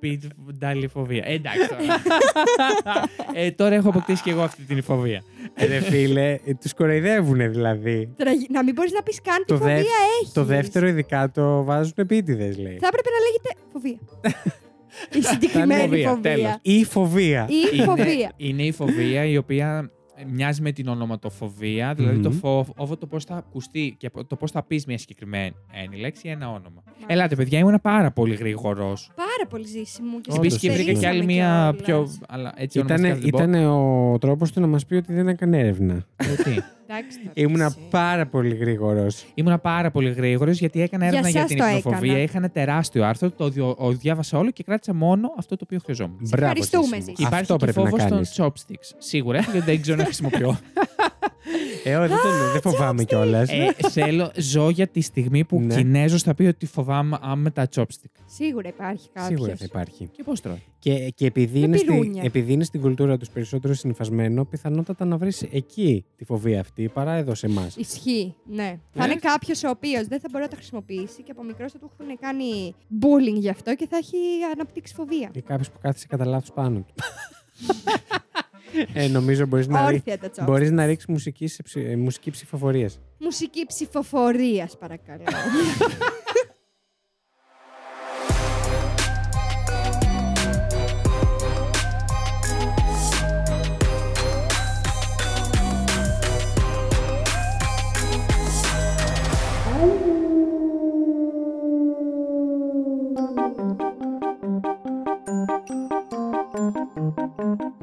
Hippopotomonstrorosquidpidalifobia. Εντάξει. τώρα. ε, τώρα έχω αποκτήσει και εγώ αυτή την φοβία. Ε, Ρε φίλε, τους κοροϊδεύουν δηλαδή. Τραγι- Να μην μπορείς να πεις καν τι Το, φοβία δεύ- έχει. το δεύτερο ειδικά το βάζουν επίτηδες, λέει. Θα έπρεπε να λέγεται φοβία. Η συγκεκριμένη φοβία, φοβία. τέλος. Ή φοβία. Ή φοβία. Είναι η φοβία η οποία μοιάζει με την ονοματοφοβία, δηλαδή Μμμ. το φόβο φόβο το πώς θα ακουστεί και το πώς θα πεις μια συγκεκριμένη λέξη ή ένα όνομα. Ελάτε, παιδιά, ήμουν πάρα πολύ γρήγορος. Πάρα πάρα πολύ ζήσιμο. Και Όντως, Επίσης και βρήκα ναι. και άλλη μία πιο. Αλλά έτσι Ήτανε, ονομαστικά δεν μπορώ. ήτανε ο τρόπος του να μας πει ότι δεν έκανε έρευνα. Γιατί. Ήμουνα πάρα πολύ γρήγορος. Ήμουνα πάρα πολύ γρήγορος γιατί έκανα Για έρευνα για, σας την το υπνοφοβία. έκανα. Είχα ένα τεράστιο άρθρο, το διο- ο- διάβασα όλο και κράτησα μόνο αυτό το οποίο χρειαζόμουν. Μπράβο. ευχαριστούμε Σέσιμο. εσείς. Αυτό Υπάρχει και πρέπει να φόβο των κάνεις. chopsticks. Σίγουρα, γιατί δεν ξέρω να χρησιμοποιώ. Ε, όχι, δεν, το- δεν φοβάμαι κιόλας. ε, θέλω, ζω για τη στιγμή που Ναι. ο Κινέζος θα πει ότι φοβάμαι α, με τα chopstick. Σίγουρα υπάρχει κάποιος. Σίγουρα θα υπάρχει. Και πώς τρώει. Και, και επειδή, είναι στη, πυρούνια. επειδή είναι στην κουλτούρα τους περισσότερο συνυφασμένο, πιθανότατα να βρεις εκεί τη φοβία αυτή παρά εδώ σε εμάς. Ισχύει, ναι. Ε. Θα είναι κάποιος ο οποίος δεν θα μπορεί να το χρησιμοποιήσει και από μικρός θα του έχουν κάνει bullying γι' αυτό και θα έχει αναπτύξει φοβία. Ή κάποιος που κάθισε κατά λάθος πάνω του. ε, νομίζω μπορείς να, ρί... Όρθια τα τσόπια. μπορείς να ρίξεις μουσική, σε ψη- ε, μουσική ψηφοφορίας. Μουσική ψηφοφορίας, παρακαλώ.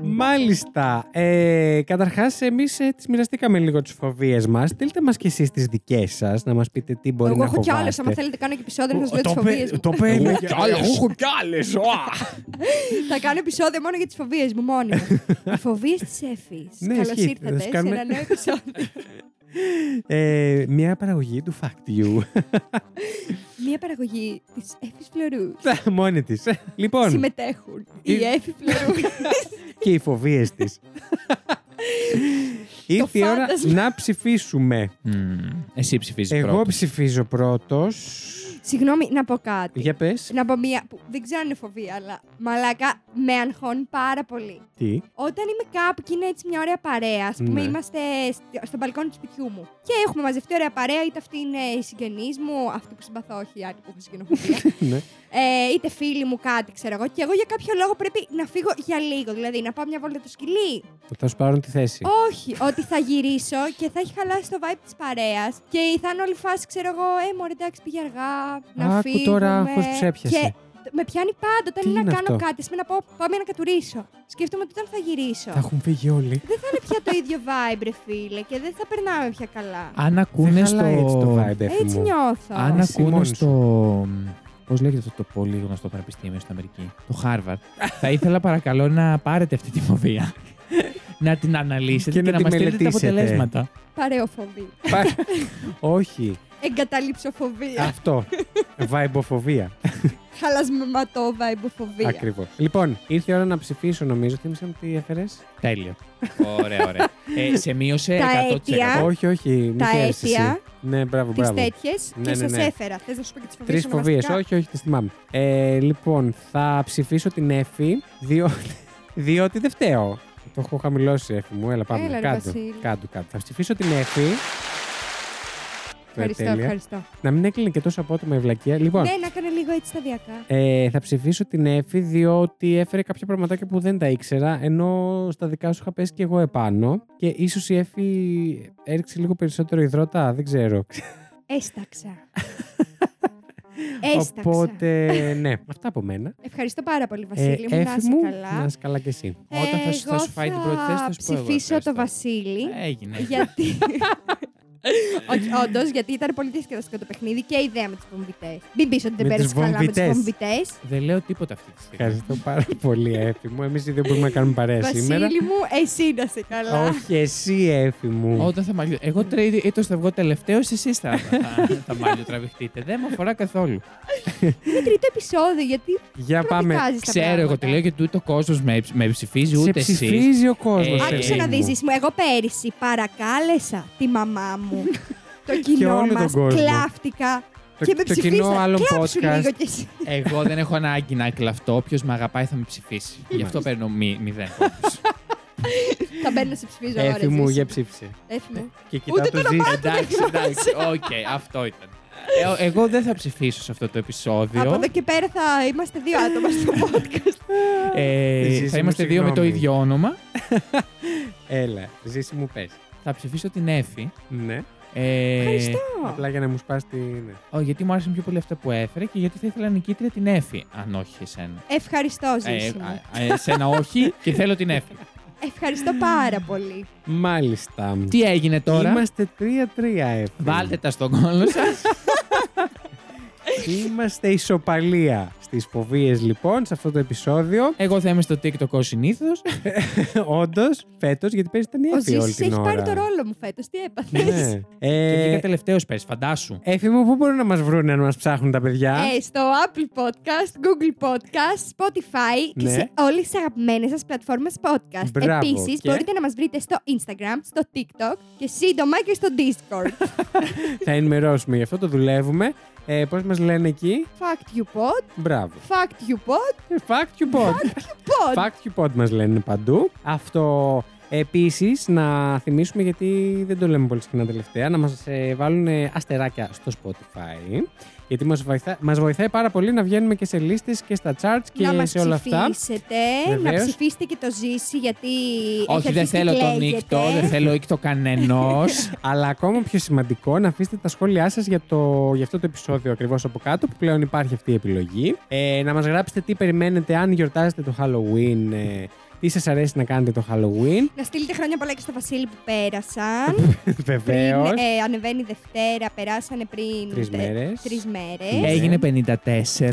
Μάλιστα. Ε, Καταρχάς, εμείς ε, τις μοιραστήκαμε λίγο τις φοβίες μας. Στείλτε μας κι εσείς τις δικές σας, να μας πείτε τι μπορεί Εγώ να έχω κι άλλες. φοβάστε. Άμα θέλετε, κάνω και επεισόδιο να σας λέω τι Το φοβίε πε- μου. Το παίρνω. Ε, κι άλλες. Ε, κι άλλες. Θα κάνω επεισόδιο μόνο για τις φοβίες μου, μόνο. Οι φοβίες της Εφης. Ναι, Καλώς ισχύει. ήρθατε Θα σε κάνουμε- ένα νέο επεισόδιο. ε, μια παραγωγή του Fact You. Μία παραγωγή της Εφη Φλωρού. Μόνη της. Λοιπόν, Συμμετέχουν. Η Η- Εφη Φλωρού. και οι φοβίες της. Ήρθε η ώρα φάντασμα. να ψηφίσουμε. Μμμ. Εσύ ψηφίζεις Εγώ πρώτα. ψηφίζω πρώτος. Συγγνώμη, να πω κάτι. Για πες. Να πω μία που δεν ξέρω αν είναι φοβία, αλλά μαλάκα με αγχώνει πάρα πολύ. Τι. Όταν είμαι κάπου και είναι έτσι μια ωραία παρέα, ας πούμε, Ναι. είμαστε στο- στο μπαλκόνι του σπιτιού μου και έχουμε μαζευτεί ωραία παρέα, είτε αυτή είναι η συγγενείς μου, αυτή που συμπαθώ, όχι η άλλη που έχω συγγενοφοβία, Ναι. ε, είτε φίλοι μου, κάτι ξέρω εγώ. Και εγώ για κάποιο λόγο πρέπει να φύγω για λίγο. Δηλαδή να πάω μια βόλτα το σκυλί, Θα σου πάρουν τη θέση. όχι, ότι θα γυρίσω και θα έχει χαλάσει το vibe της παρέας. Και θα είναι όλη φάση, ξέρω εγώ, ε, μωρέ, εντάξει, πήγε αργά. Να Άκου φύγουμε. τώρα πώς τους έπιασε. Και με πιάνει πάντα Τι όταν είναι είναι να κάνω αυτό? κάτι. Ας πούμε να πω, πάμε να κατουρίσω. Σκέφτομαι ότι όταν θα γυρίσω. Θα έχουν φύγει όλοι. δεν θα είναι πια το ίδιο vibe, ρε φίλε, και δεν θα περνάμε πια καλά. Αν ακούνε Δεν χαλάει έτσι το στο. vibe, έφη Έτσι μου. νιώθω. Αν Εσύ ακούνε μόνη στο. Πώς λέγεται αυτό το πολύ γνωστό πανεπιστήμιο στην Αμερική, το Harvard. θα ήθελα παρακαλώ να πάρετε αυτή τη φοβία. να την αναλύσετε Και και, να τη να μας στείλετε τα μελετήσετε. αποτελέσματα. Παρεοφοβή. Πα- Όχι. Εγκαταλείψοφοβία. Αυτό. Βαϊμποφοβία. Χαλασματό vibeοφοβία. Ακριβώς. Λοιπόν, ήρθε η ώρα να ψηφίσω, νομίζω. Θύμισα μου τι έφερες. Τέλειο. ωραία, ωραία. Ε, σε μείωσε Τα 100%. αίτια. Όχι, όχι. Μην Τα χαίρεσαι εσύ. αίτια. Ναι, μπράβο, Τις μπράβο. τέτοιες Ναι, και ναι, σας ναι. έφερα. Θες να σου πω και τις φοβίες Τρεις φοβίε. Όχι, όχι, τις θυμάμαι. Ε, λοιπόν, θα ψηφίσω την Εφη, διό... διότι δεν φταίω. Το έχω χαμηλώσει, Εφη μου. Έλα, πάμε. Έλα, ρε, κάτω, Βασίλη. κάτω, κάτω. Θα ψηφίσω την Εφη. Ευχαριστώ, Τέλεια. Λοιπόν. ευχαριστώ. Να μην έκλεινε και τόσο απότομα η βλακεία. Λοιπόν, Ναι, να έκανε λίγο έτσι σταδιακά. ε, θα ψηφίσω την Εφη διότι έφερε κάποια πραγματάκια που δεν τα ήξερα, ενώ στα δικά σου είχα πέσει και εγώ επάνω. Και ίσως η Εφη έριξε λίγο περισσότερο υδρότα, δεν ξέρω. Έσταξα. Έσταξα. Οπότε, ναι, αυτά από μένα. Ευχαριστώ πάρα πολύ, Ε, Βασίλη. μου να Εφη είσαι μου, καλά. να είσαι καλά κι εσύ. Όταν θα σου- θα Εγώ σου φάει την πρώτη θέση, θα σου πω εγώ ψηφίσω ευχαριστώ. Ε. το Βασίλη. Έγινε. γιατί. Όχι, όντως, γιατί ήταν πολύ διασκεδαστικό το παιχνίδι και η ιδέα με τις βομβιτές. Μην πεις ότι δεν Με τις πέρασε καλά με τις βομβιτές. βομβιτές. Δεν λέω τίποτα αυτή τη στιγμή. Ευχαριστώ πάρα πολύ, Εφη μου. Εμείς δεν μπορούμε να κάνουμε Ε, παρέα σήμερα. Βασίλη μου, εσύ να σε καλά. Όχι, εσύ, Εφη μου. Όταν θα μαλλιώ. Εγώ τρίτη ή το σταυγό τελευταίο, εσείς θα, θα, θα μαλλιώ τραβηχτείτε. Δεν με αφορά καθόλου. Είναι τρίτο επεισόδιο, γιατί Για πάμε. προδικάζεις τα Ξέρω εγώ, πράγματα. τη λέω γιατί ούτε ο κόσμος με, με ψηφίζει, Σε ούτε εσείς. ψηφίζει ο κόσμος. Ε, Άκουσε να δεις, Ζήση μου. Εγώ πέρυσι παρακάλεσα τη μαμά μου, το κοινό όλο τον μας, κόσμο. κλάφτηκα και με Το κοινό ψηφίσατε. άλλων Κλάψου podcast. λίγο κι εσύ. Εγώ δεν έχω ανάγκη να κλαφτώ. Όποιος με αγαπάει θα με ψηφίσει. Γι' αυτό παίρνω μη, μηδέν. πόντους. Θα μπαίνω να σε ψηφίζω ώρα, Εφη μου, Ζήση. για ψήφισε. Έφη μου. Και κοιτάω Ούτε το το ζήσει. εντάξει, εντάξει. Οκ, αυτό ήταν. Ε, εγώ δεν θα ψηφίσω σε αυτό το Από επεισόδιο. εδώ και πέρα θα είμαστε δύο άτομα στο podcast. Ε, Ζήση θα μου, είμαστε δύο με το συγγνώμη. ίδιο όνομα. Έλα, ζήσει μου, πες. Θα ψηφίσω την Εφη. Ναι. Ε, Ευχαριστώ. Απλά για να μου σπάσει την. ναι. Ω, γιατί μου άρεσαν πιο πολύ αυτά που έφερε και γιατί θα ήθελα νικήτρια την Εφη. Αν όχι εσένα. Ευχαριστώ, Ε, Ζήση. μου. ε, εσένα όχι και θέλω την Εφη. Ευχαριστώ πάρα πολύ. Μάλιστα. Τι έγινε τώρα. Είμαστε 3-3 έφυγε. Βάλτε τα στον κόλλο σας. Είμαστε ισοπαλία στις φοβίες λοιπόν σε αυτό το επεισόδιο. Εγώ θα είμαι στο TikTok ως συνήθως. Ε, Όντως, φέτος, γιατί πέρυσι ήταν η Ο Εφη όλη Ζήση την έχει ώρα. πάρει το ρόλο μου φέτος. Τι έπαθες. Ναι. Και βγήκα Ε, τελευταίος πες, φαντάσου. Εφη μου, πού μπορούν να μας βρουν αν μας ψάχνουν τα παιδιά. Ε, στο Apple Podcast, Google Podcast, Spotify και Ναι. σε όλες τις αγαπημένες σας πλατφόρμες podcast. Μπράβο, Επίσης, και- μπορείτε να μας βρείτε στο Instagram, στο TikTok και σύντομα και στο Discord. Θα ενημερώσουμε γι' αυτό, το δουλεύουμε. Ε, Πώς μας λένε εκεί, Fact you pod, μπράβο. fact you pod, Ε, Fact you pod. pod. Fact you pod μας λένε παντού. Αυτό επίσης να θυμίσουμε, γιατί δεν το λέμε πολύ συχνά τελευταία, να μας βάλουν ε, αστεράκια στο Spotify. Γιατί μας βοηθά, μας βοηθάει πάρα πολύ να βγαίνουμε και σε λίστες και στα charts και να μας σε όλα αυτά. ψηφίσετε, να Βεβαίως. ψηφίσετε και το ζήσει γιατί Όχι, δεν θέλω τον ίκτο, δεν θέλω ίκτο κανενός. Αλλά ακόμα πιο σημαντικό, να αφήσετε τα σχόλιά σας για, το, για αυτό το επεισόδιο ακριβώς από κάτω, που πλέον υπάρχει αυτή η επιλογή. Ε, να μας γράψετε τι περιμένετε αν γιορτάζετε το Halloween, ε, τι σας αρέσει να κάνετε το Halloween. Να στείλετε χρόνια πολλά και στο Βασίλη που πέρασαν. Βεβαίως. πριν, ε, ανεβαίνει Δευτέρα, περάσανε πριν. Τρεις μέρες. Τρεις μέρες. Ε. Έγινε 54.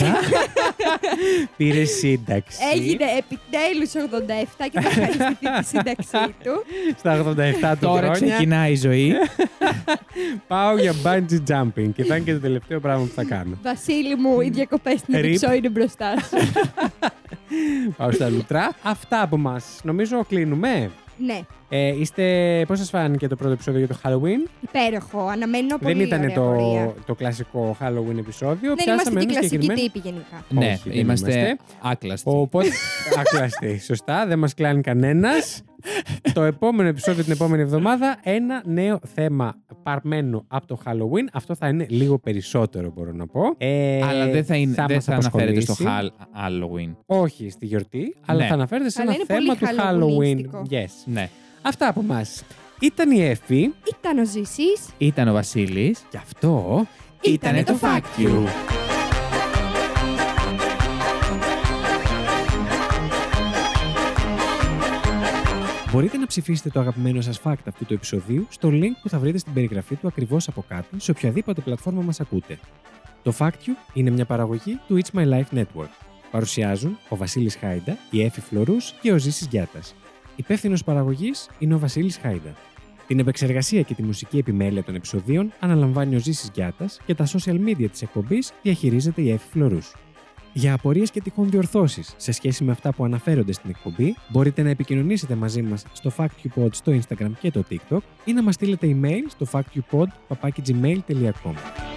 Πήρε σύνταξη. Έγινε επιτέλους 87 και θα ευχαριστηθεί της σύνταξή του. Στα 87 του Τώρα χρόνια. ξεκινάει η ζωή. Πάω για bungee jumping. Και θα είναι και το τελευταίο πράγμα που θα κάνω. Βασίλη μου, οι διακοπές στην Rip. Εδιψό είναι μπροστά σου. Πάω στα λουτρά. Αυτά από εμά. Νομίζω κλείνουμε. ναι, Ε, είστε. Πώς σας φάνηκε το πρώτο επεισόδιο για το Halloween. υπέροχο. Αναμένω πολύ Δεν ήταν ωραία το, πορεία. το κλασικό Halloween επεισόδιο. Δεν είμαστε και ένα κλασικοί συγκεκριμένο- τύποι γενικά. Ναι, Όχι, δεν είμαστε είμαστε. άκλαστοι. Οπότε. Ακλαστή. Σωστά. Δεν μας κλάνει κανένας. το επόμενο επεισόδιο την επόμενη εβδομάδα ένα νέο θέμα παρμένο από το Halloween. Αυτό θα είναι λίγο περισσότερο, μπορώ να πω. Ε, Αλλά δεν θα, είναι, δεν μας θα αναφέρεται στο απασχολήσει. Hall- Halloween. Όχι στη γιορτή, αλλά Ναι. θα αναφέρεται σε Αλλά ένα είναι πολύ θέμα του χαλογουνιστικό. Halloween. Yes. Ναι. Αυτά από εμά. Ήταν η Εφη Ήταν ο Ζήσης. Ήταν ο Βασίλης. και αυτό Ήτανε το Fact You. Μπορείτε να ψηφίσετε το αγαπημένο σας fact αυτού του επεισοδίου στο link που θα βρείτε στην περιγραφή του ακριβώς από κάτω σε οποιαδήποτε πλατφόρμα μας ακούτε. Το Fact You είναι μια παραγωγή του It's My Life Network. Παρουσιάζουν ο Βασίλης Χάιντα, η Εφη Φλωρούς και ο Ζήσης Γιάτας. Υπεύθυνος παραγωγής είναι ο Βασίλης Χάιντα. Την επεξεργασία και τη μουσική επιμέλεια των επεισοδίων αναλαμβάνει ο Ζήσης Γιάτας και τα social media της εκπομπής διαχειρίζεται η Εφη Φλωρούς. Για απορίες και τυχόν διορθώσεις σε σχέση με αυτά που αναφέρονται στην εκπομπή, μπορείτε να επικοινωνήσετε μαζί μας στο FactQpod στο Instagram και το TikTok ή να μας στείλετε email στο factqpod.gmail.com